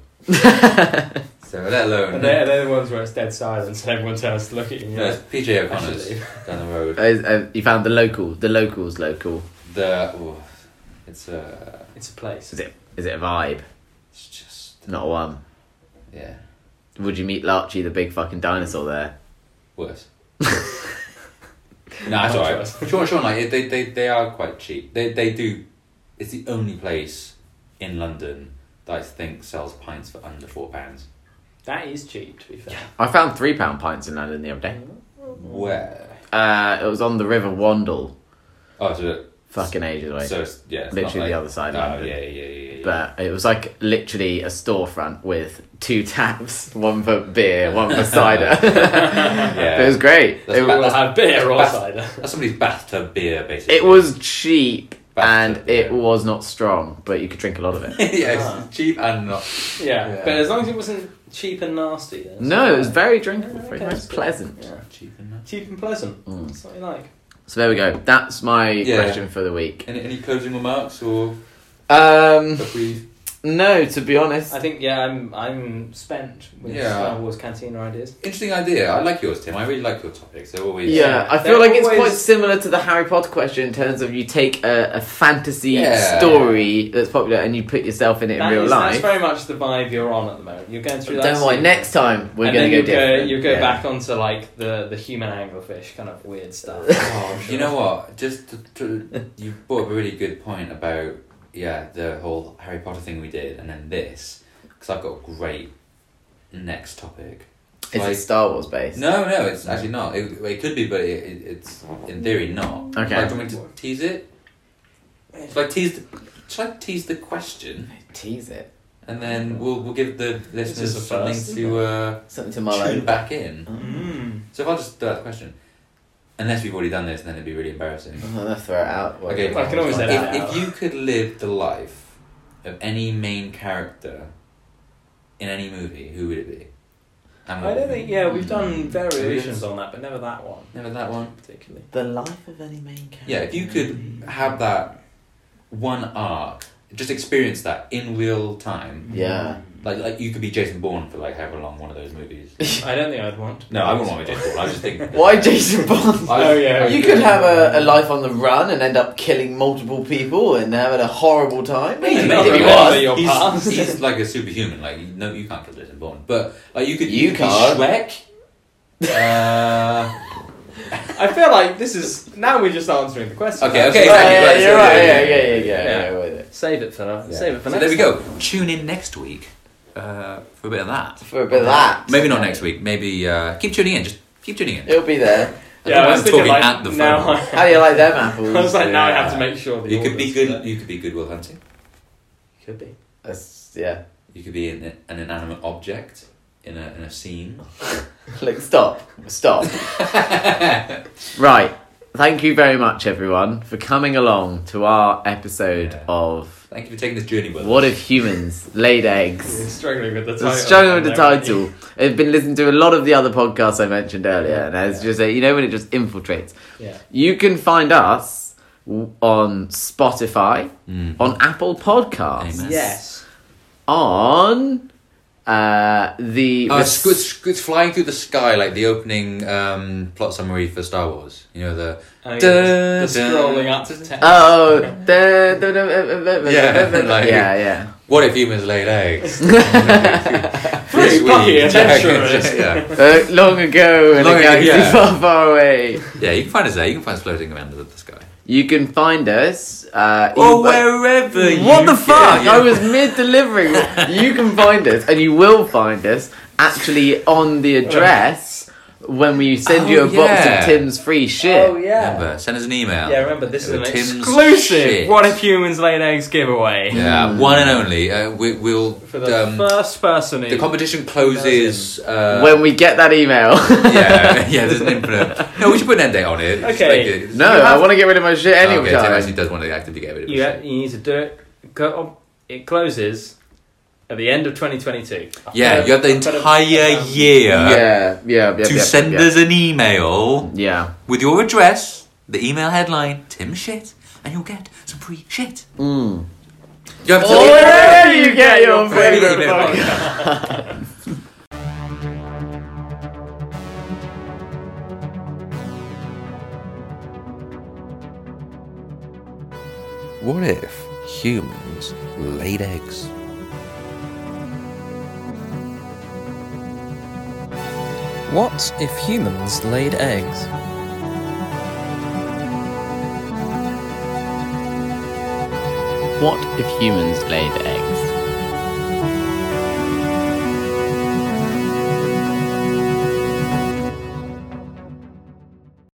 [SPEAKER 4] so let alone
[SPEAKER 5] But they're, they're the ones where it's dead silence and everyone turns to look at you. And
[SPEAKER 4] no,
[SPEAKER 5] you're
[SPEAKER 4] it's
[SPEAKER 5] like,
[SPEAKER 4] PJ O'Connor's down the road.
[SPEAKER 3] Uh, uh, you found the local, the locals local.
[SPEAKER 4] The oh, it's uh,
[SPEAKER 5] it's a place.
[SPEAKER 3] Is it is it a vibe?
[SPEAKER 4] it's just
[SPEAKER 3] Not one.
[SPEAKER 4] yeah
[SPEAKER 3] Would you meet Larchie the big fucking dinosaur there?
[SPEAKER 4] worse. No, that's all right.
[SPEAKER 7] Contrast.
[SPEAKER 4] Sean, Sean, like they, they, they are quite cheap. They, they do. It's the only place in London that I think sells pints for under four pounds.
[SPEAKER 5] That is cheap, to be fair.
[SPEAKER 3] I found three pound pints in London the other day.
[SPEAKER 4] Where?
[SPEAKER 3] Uh, it was on the River Wandle,
[SPEAKER 4] Oh, so,
[SPEAKER 3] fucking ages away.
[SPEAKER 4] so it's- yeah, it's not
[SPEAKER 3] Literally the
[SPEAKER 4] like-
[SPEAKER 3] other side of
[SPEAKER 4] Oh,
[SPEAKER 3] London.
[SPEAKER 4] yeah, yeah, yeah, yeah.
[SPEAKER 3] but it was like literally a storefront with two taps, one for beer, one for cider.
[SPEAKER 4] yeah.
[SPEAKER 3] It was great.
[SPEAKER 4] That's
[SPEAKER 3] It
[SPEAKER 4] about-
[SPEAKER 3] was,
[SPEAKER 5] We'll have beer or
[SPEAKER 4] That's-
[SPEAKER 5] cider.
[SPEAKER 4] That's somebody's bathtub beer, basically.
[SPEAKER 3] it was cheap
[SPEAKER 4] Bathtub
[SPEAKER 3] and it
[SPEAKER 4] beer.
[SPEAKER 3] was not strong, but you could drink a lot of it.
[SPEAKER 4] yeah, it's cheap and not.
[SPEAKER 5] Yeah.
[SPEAKER 4] Yeah.
[SPEAKER 5] but as long as it wasn't cheap and nasty. Then it's
[SPEAKER 3] No, it was
[SPEAKER 5] alright.
[SPEAKER 3] very drinkable. For you.
[SPEAKER 5] Okay.
[SPEAKER 3] It was pleasant.
[SPEAKER 5] Yeah.
[SPEAKER 4] Cheap and not.
[SPEAKER 5] Cheap and pleasant.
[SPEAKER 3] Mm.
[SPEAKER 5] That's what you like.
[SPEAKER 3] So there we go. That's my
[SPEAKER 4] Yeah.
[SPEAKER 3] question for the week.
[SPEAKER 4] Any, any closing remarks or
[SPEAKER 3] Um,
[SPEAKER 4] if we?
[SPEAKER 3] no, to be honest,
[SPEAKER 5] I think yeah, I'm I'm spent with
[SPEAKER 4] Yeah.
[SPEAKER 5] Star Wars cantina ideas.
[SPEAKER 4] Interesting idea. I like yours, Tim. I really like your topics. They're always
[SPEAKER 3] Yeah, I
[SPEAKER 5] They're
[SPEAKER 3] feel like it's
[SPEAKER 5] always-
[SPEAKER 3] quite similar to the Harry Potter question in terms of you take a, a fantasy
[SPEAKER 4] Yeah.
[SPEAKER 3] story that's popular and you put yourself in it
[SPEAKER 5] That
[SPEAKER 3] in real
[SPEAKER 5] is-
[SPEAKER 3] life.
[SPEAKER 5] That's very much the vibe you're on at the moment. You're going through that.
[SPEAKER 3] Don't worry,
[SPEAKER 5] scene,
[SPEAKER 3] next time we're going
[SPEAKER 5] and then
[SPEAKER 3] to
[SPEAKER 5] you
[SPEAKER 3] go different.
[SPEAKER 5] You go
[SPEAKER 4] yeah.
[SPEAKER 5] back onto like the the human anglerfish kind of weird stuff.
[SPEAKER 4] Oh, you know what? Just to, to, you brought up a really good point about yeah the whole Harry Potter thing we did, and then this because I've got a great next topic.
[SPEAKER 3] Is it
[SPEAKER 4] Like-
[SPEAKER 3] Star Wars based?
[SPEAKER 4] no, no, it's actually not. It, it could be, but it, it, it's in theory not.
[SPEAKER 3] Okay.
[SPEAKER 4] Like, do you want me to tease it? Should I tease? The, should I tease the question,
[SPEAKER 3] Tease it.
[SPEAKER 4] and then we'll we'll give the listeners
[SPEAKER 5] is a
[SPEAKER 4] something
[SPEAKER 5] first,
[SPEAKER 4] to uh,
[SPEAKER 3] Something to
[SPEAKER 4] tune
[SPEAKER 3] mull
[SPEAKER 4] back in.
[SPEAKER 5] Mm.
[SPEAKER 4] So if I just do that question, unless we've already done this, then it'd be really embarrassing.
[SPEAKER 3] I'm gonna Oh, throw it out. Well,
[SPEAKER 4] Okay,
[SPEAKER 5] I can always
[SPEAKER 4] if,
[SPEAKER 5] edit that out.
[SPEAKER 4] if you could live the life of any main character in any movie, who would it be? And
[SPEAKER 5] I don't
[SPEAKER 4] what-
[SPEAKER 5] think yeah we've done variations on that, but never that one
[SPEAKER 4] Never that one.
[SPEAKER 5] particularly.
[SPEAKER 3] The life of any main character.
[SPEAKER 4] Yeah, if you could have that one arc, just experience that in real time.
[SPEAKER 3] Yeah.
[SPEAKER 4] Like, like you could be Jason Bourne for like however long one of those movies.
[SPEAKER 5] I don't think I'd want.
[SPEAKER 4] No, I wouldn't want to be Jason Bourne. I just think.
[SPEAKER 3] Why Jason Bond?
[SPEAKER 4] I-
[SPEAKER 5] Oh, yeah.
[SPEAKER 4] I-
[SPEAKER 3] You could have a, a life on the run and end up killing multiple people and having a horrible time.
[SPEAKER 4] Yeah,
[SPEAKER 3] Maybe,
[SPEAKER 4] maybe
[SPEAKER 3] if
[SPEAKER 4] he
[SPEAKER 3] you
[SPEAKER 4] was.
[SPEAKER 3] want.
[SPEAKER 5] your
[SPEAKER 4] he's,
[SPEAKER 5] past.
[SPEAKER 4] he's like a superhuman. Like you- no, you can't kill Jason Bourne, but like you could
[SPEAKER 3] You
[SPEAKER 4] could
[SPEAKER 3] can't.
[SPEAKER 4] Be Shrek. Uh,
[SPEAKER 5] I feel like this is now we're just answering the question.
[SPEAKER 4] Okay, okay,
[SPEAKER 3] Yeah,
[SPEAKER 4] exactly.
[SPEAKER 3] yeah,
[SPEAKER 4] right,
[SPEAKER 3] you're
[SPEAKER 4] so-
[SPEAKER 3] right. Yeah, yeah, yeah, yeah.
[SPEAKER 5] Yeah.
[SPEAKER 3] yeah, with it.
[SPEAKER 5] Save it for now. Save it for
[SPEAKER 4] So
[SPEAKER 5] next.
[SPEAKER 4] there we
[SPEAKER 5] time.
[SPEAKER 4] go. Tune in next week uh, for a bit of that.
[SPEAKER 3] For a bit of that.
[SPEAKER 4] Maybe not next week. Maybe uh, keep tuning in. Just keep tuning in.
[SPEAKER 3] It'll be there.
[SPEAKER 4] I don't
[SPEAKER 5] Yeah, I
[SPEAKER 4] know
[SPEAKER 5] was
[SPEAKER 4] why I'm
[SPEAKER 5] thinking
[SPEAKER 4] talking
[SPEAKER 5] like
[SPEAKER 4] at the
[SPEAKER 5] now.
[SPEAKER 4] phone.
[SPEAKER 3] How do you like them apples?
[SPEAKER 5] I was like, now I have to
[SPEAKER 4] Yeah.
[SPEAKER 5] make sure. The
[SPEAKER 4] You could be
[SPEAKER 5] order's
[SPEAKER 4] good.
[SPEAKER 5] correct.
[SPEAKER 4] You could be good Will Hunting.
[SPEAKER 5] Could be.
[SPEAKER 3] That's- yeah.
[SPEAKER 4] You could be an, an inanimate object in a in a scene.
[SPEAKER 3] Look, stop. Stop. right. Thank you very much, everyone, for coming along to our episode
[SPEAKER 4] Yeah.
[SPEAKER 3] of
[SPEAKER 4] Thank you for taking this journey with
[SPEAKER 3] What
[SPEAKER 4] us.
[SPEAKER 3] If Humans Laid Eggs.
[SPEAKER 5] He's struggling with the title.
[SPEAKER 3] I'm struggling with the
[SPEAKER 5] I know.
[SPEAKER 3] title. I've been listening to a lot of the other podcasts I mentioned earlier, and it's just a, you know when it just infiltrates.
[SPEAKER 5] Yeah.
[SPEAKER 3] You can find us w- on Spotify,
[SPEAKER 4] Hmm.
[SPEAKER 3] on Apple Podcasts,
[SPEAKER 4] Amen.
[SPEAKER 5] Yes.
[SPEAKER 3] on uh, the
[SPEAKER 4] Oh,
[SPEAKER 3] the
[SPEAKER 4] it's, it's, it's flying through the sky like the opening um, plot summary for Star Wars. You know the
[SPEAKER 5] I mean,
[SPEAKER 4] Dun,
[SPEAKER 5] the
[SPEAKER 4] dun,
[SPEAKER 5] Oh, scrolling up to text.
[SPEAKER 3] Oh, da, da, da, da, da, da,
[SPEAKER 4] Yeah,
[SPEAKER 3] da, da.
[SPEAKER 4] like-
[SPEAKER 3] yeah, yeah.
[SPEAKER 4] what if humans laid eggs?
[SPEAKER 5] Pretty fucking adventurous.
[SPEAKER 4] yeah.
[SPEAKER 3] Uh, long ago in
[SPEAKER 4] Long
[SPEAKER 3] a
[SPEAKER 4] ago,
[SPEAKER 3] galaxy
[SPEAKER 4] yeah.
[SPEAKER 3] far, far away.
[SPEAKER 4] yeah, you can find us there. You can find us floating around the, the sky.
[SPEAKER 3] You can find us. Uh,
[SPEAKER 4] Or
[SPEAKER 3] either-
[SPEAKER 4] wherever you
[SPEAKER 3] What the
[SPEAKER 4] get
[SPEAKER 3] fuck?
[SPEAKER 4] your-
[SPEAKER 3] I was mid delivering. you can find us, and you will find us actually on the address when we send
[SPEAKER 4] Oh,
[SPEAKER 3] you a box
[SPEAKER 4] yeah.
[SPEAKER 3] of Tim's free shit.
[SPEAKER 5] Oh yeah.
[SPEAKER 4] Remember, send us an email.
[SPEAKER 5] Yeah, remember this is an
[SPEAKER 4] Uh, Tim's
[SPEAKER 5] exclusive
[SPEAKER 4] shit.
[SPEAKER 5] What If Humans Laid Eggs giveaway.
[SPEAKER 4] Yeah, one and only. Uh, we, we'll
[SPEAKER 5] For the
[SPEAKER 4] um,
[SPEAKER 5] first person who
[SPEAKER 4] the competition closes. Uh,
[SPEAKER 3] When we get that email.
[SPEAKER 4] yeah, yeah. There's an infinite. No, we should put an end date on it. Just
[SPEAKER 5] Okay.
[SPEAKER 4] make it-
[SPEAKER 3] no, I want to get rid of my shit
[SPEAKER 4] Okay,
[SPEAKER 3] anyway.
[SPEAKER 4] Tim actually does want to actively get rid of
[SPEAKER 5] you, ha-
[SPEAKER 4] it.
[SPEAKER 5] you need to do it. Go on. It closes at the end of 2022.
[SPEAKER 4] Yeah, you have the
[SPEAKER 5] I've got a-
[SPEAKER 4] entire
[SPEAKER 5] um,
[SPEAKER 4] year
[SPEAKER 3] yeah, yeah, yeah.
[SPEAKER 4] to
[SPEAKER 3] yeah,
[SPEAKER 4] send
[SPEAKER 3] yeah.
[SPEAKER 4] us an email
[SPEAKER 3] Yeah.
[SPEAKER 4] with your address, the email headline, Tim Shit, and you'll get some free shit.
[SPEAKER 3] Mm.
[SPEAKER 4] You have to.
[SPEAKER 3] Or wherever you get your
[SPEAKER 4] Wherever you get
[SPEAKER 3] favorite
[SPEAKER 4] your
[SPEAKER 3] podcast.
[SPEAKER 4] podcast.
[SPEAKER 8] What if humans laid eggs?
[SPEAKER 9] What if humans laid eggs?
[SPEAKER 3] What if humans laid eggs?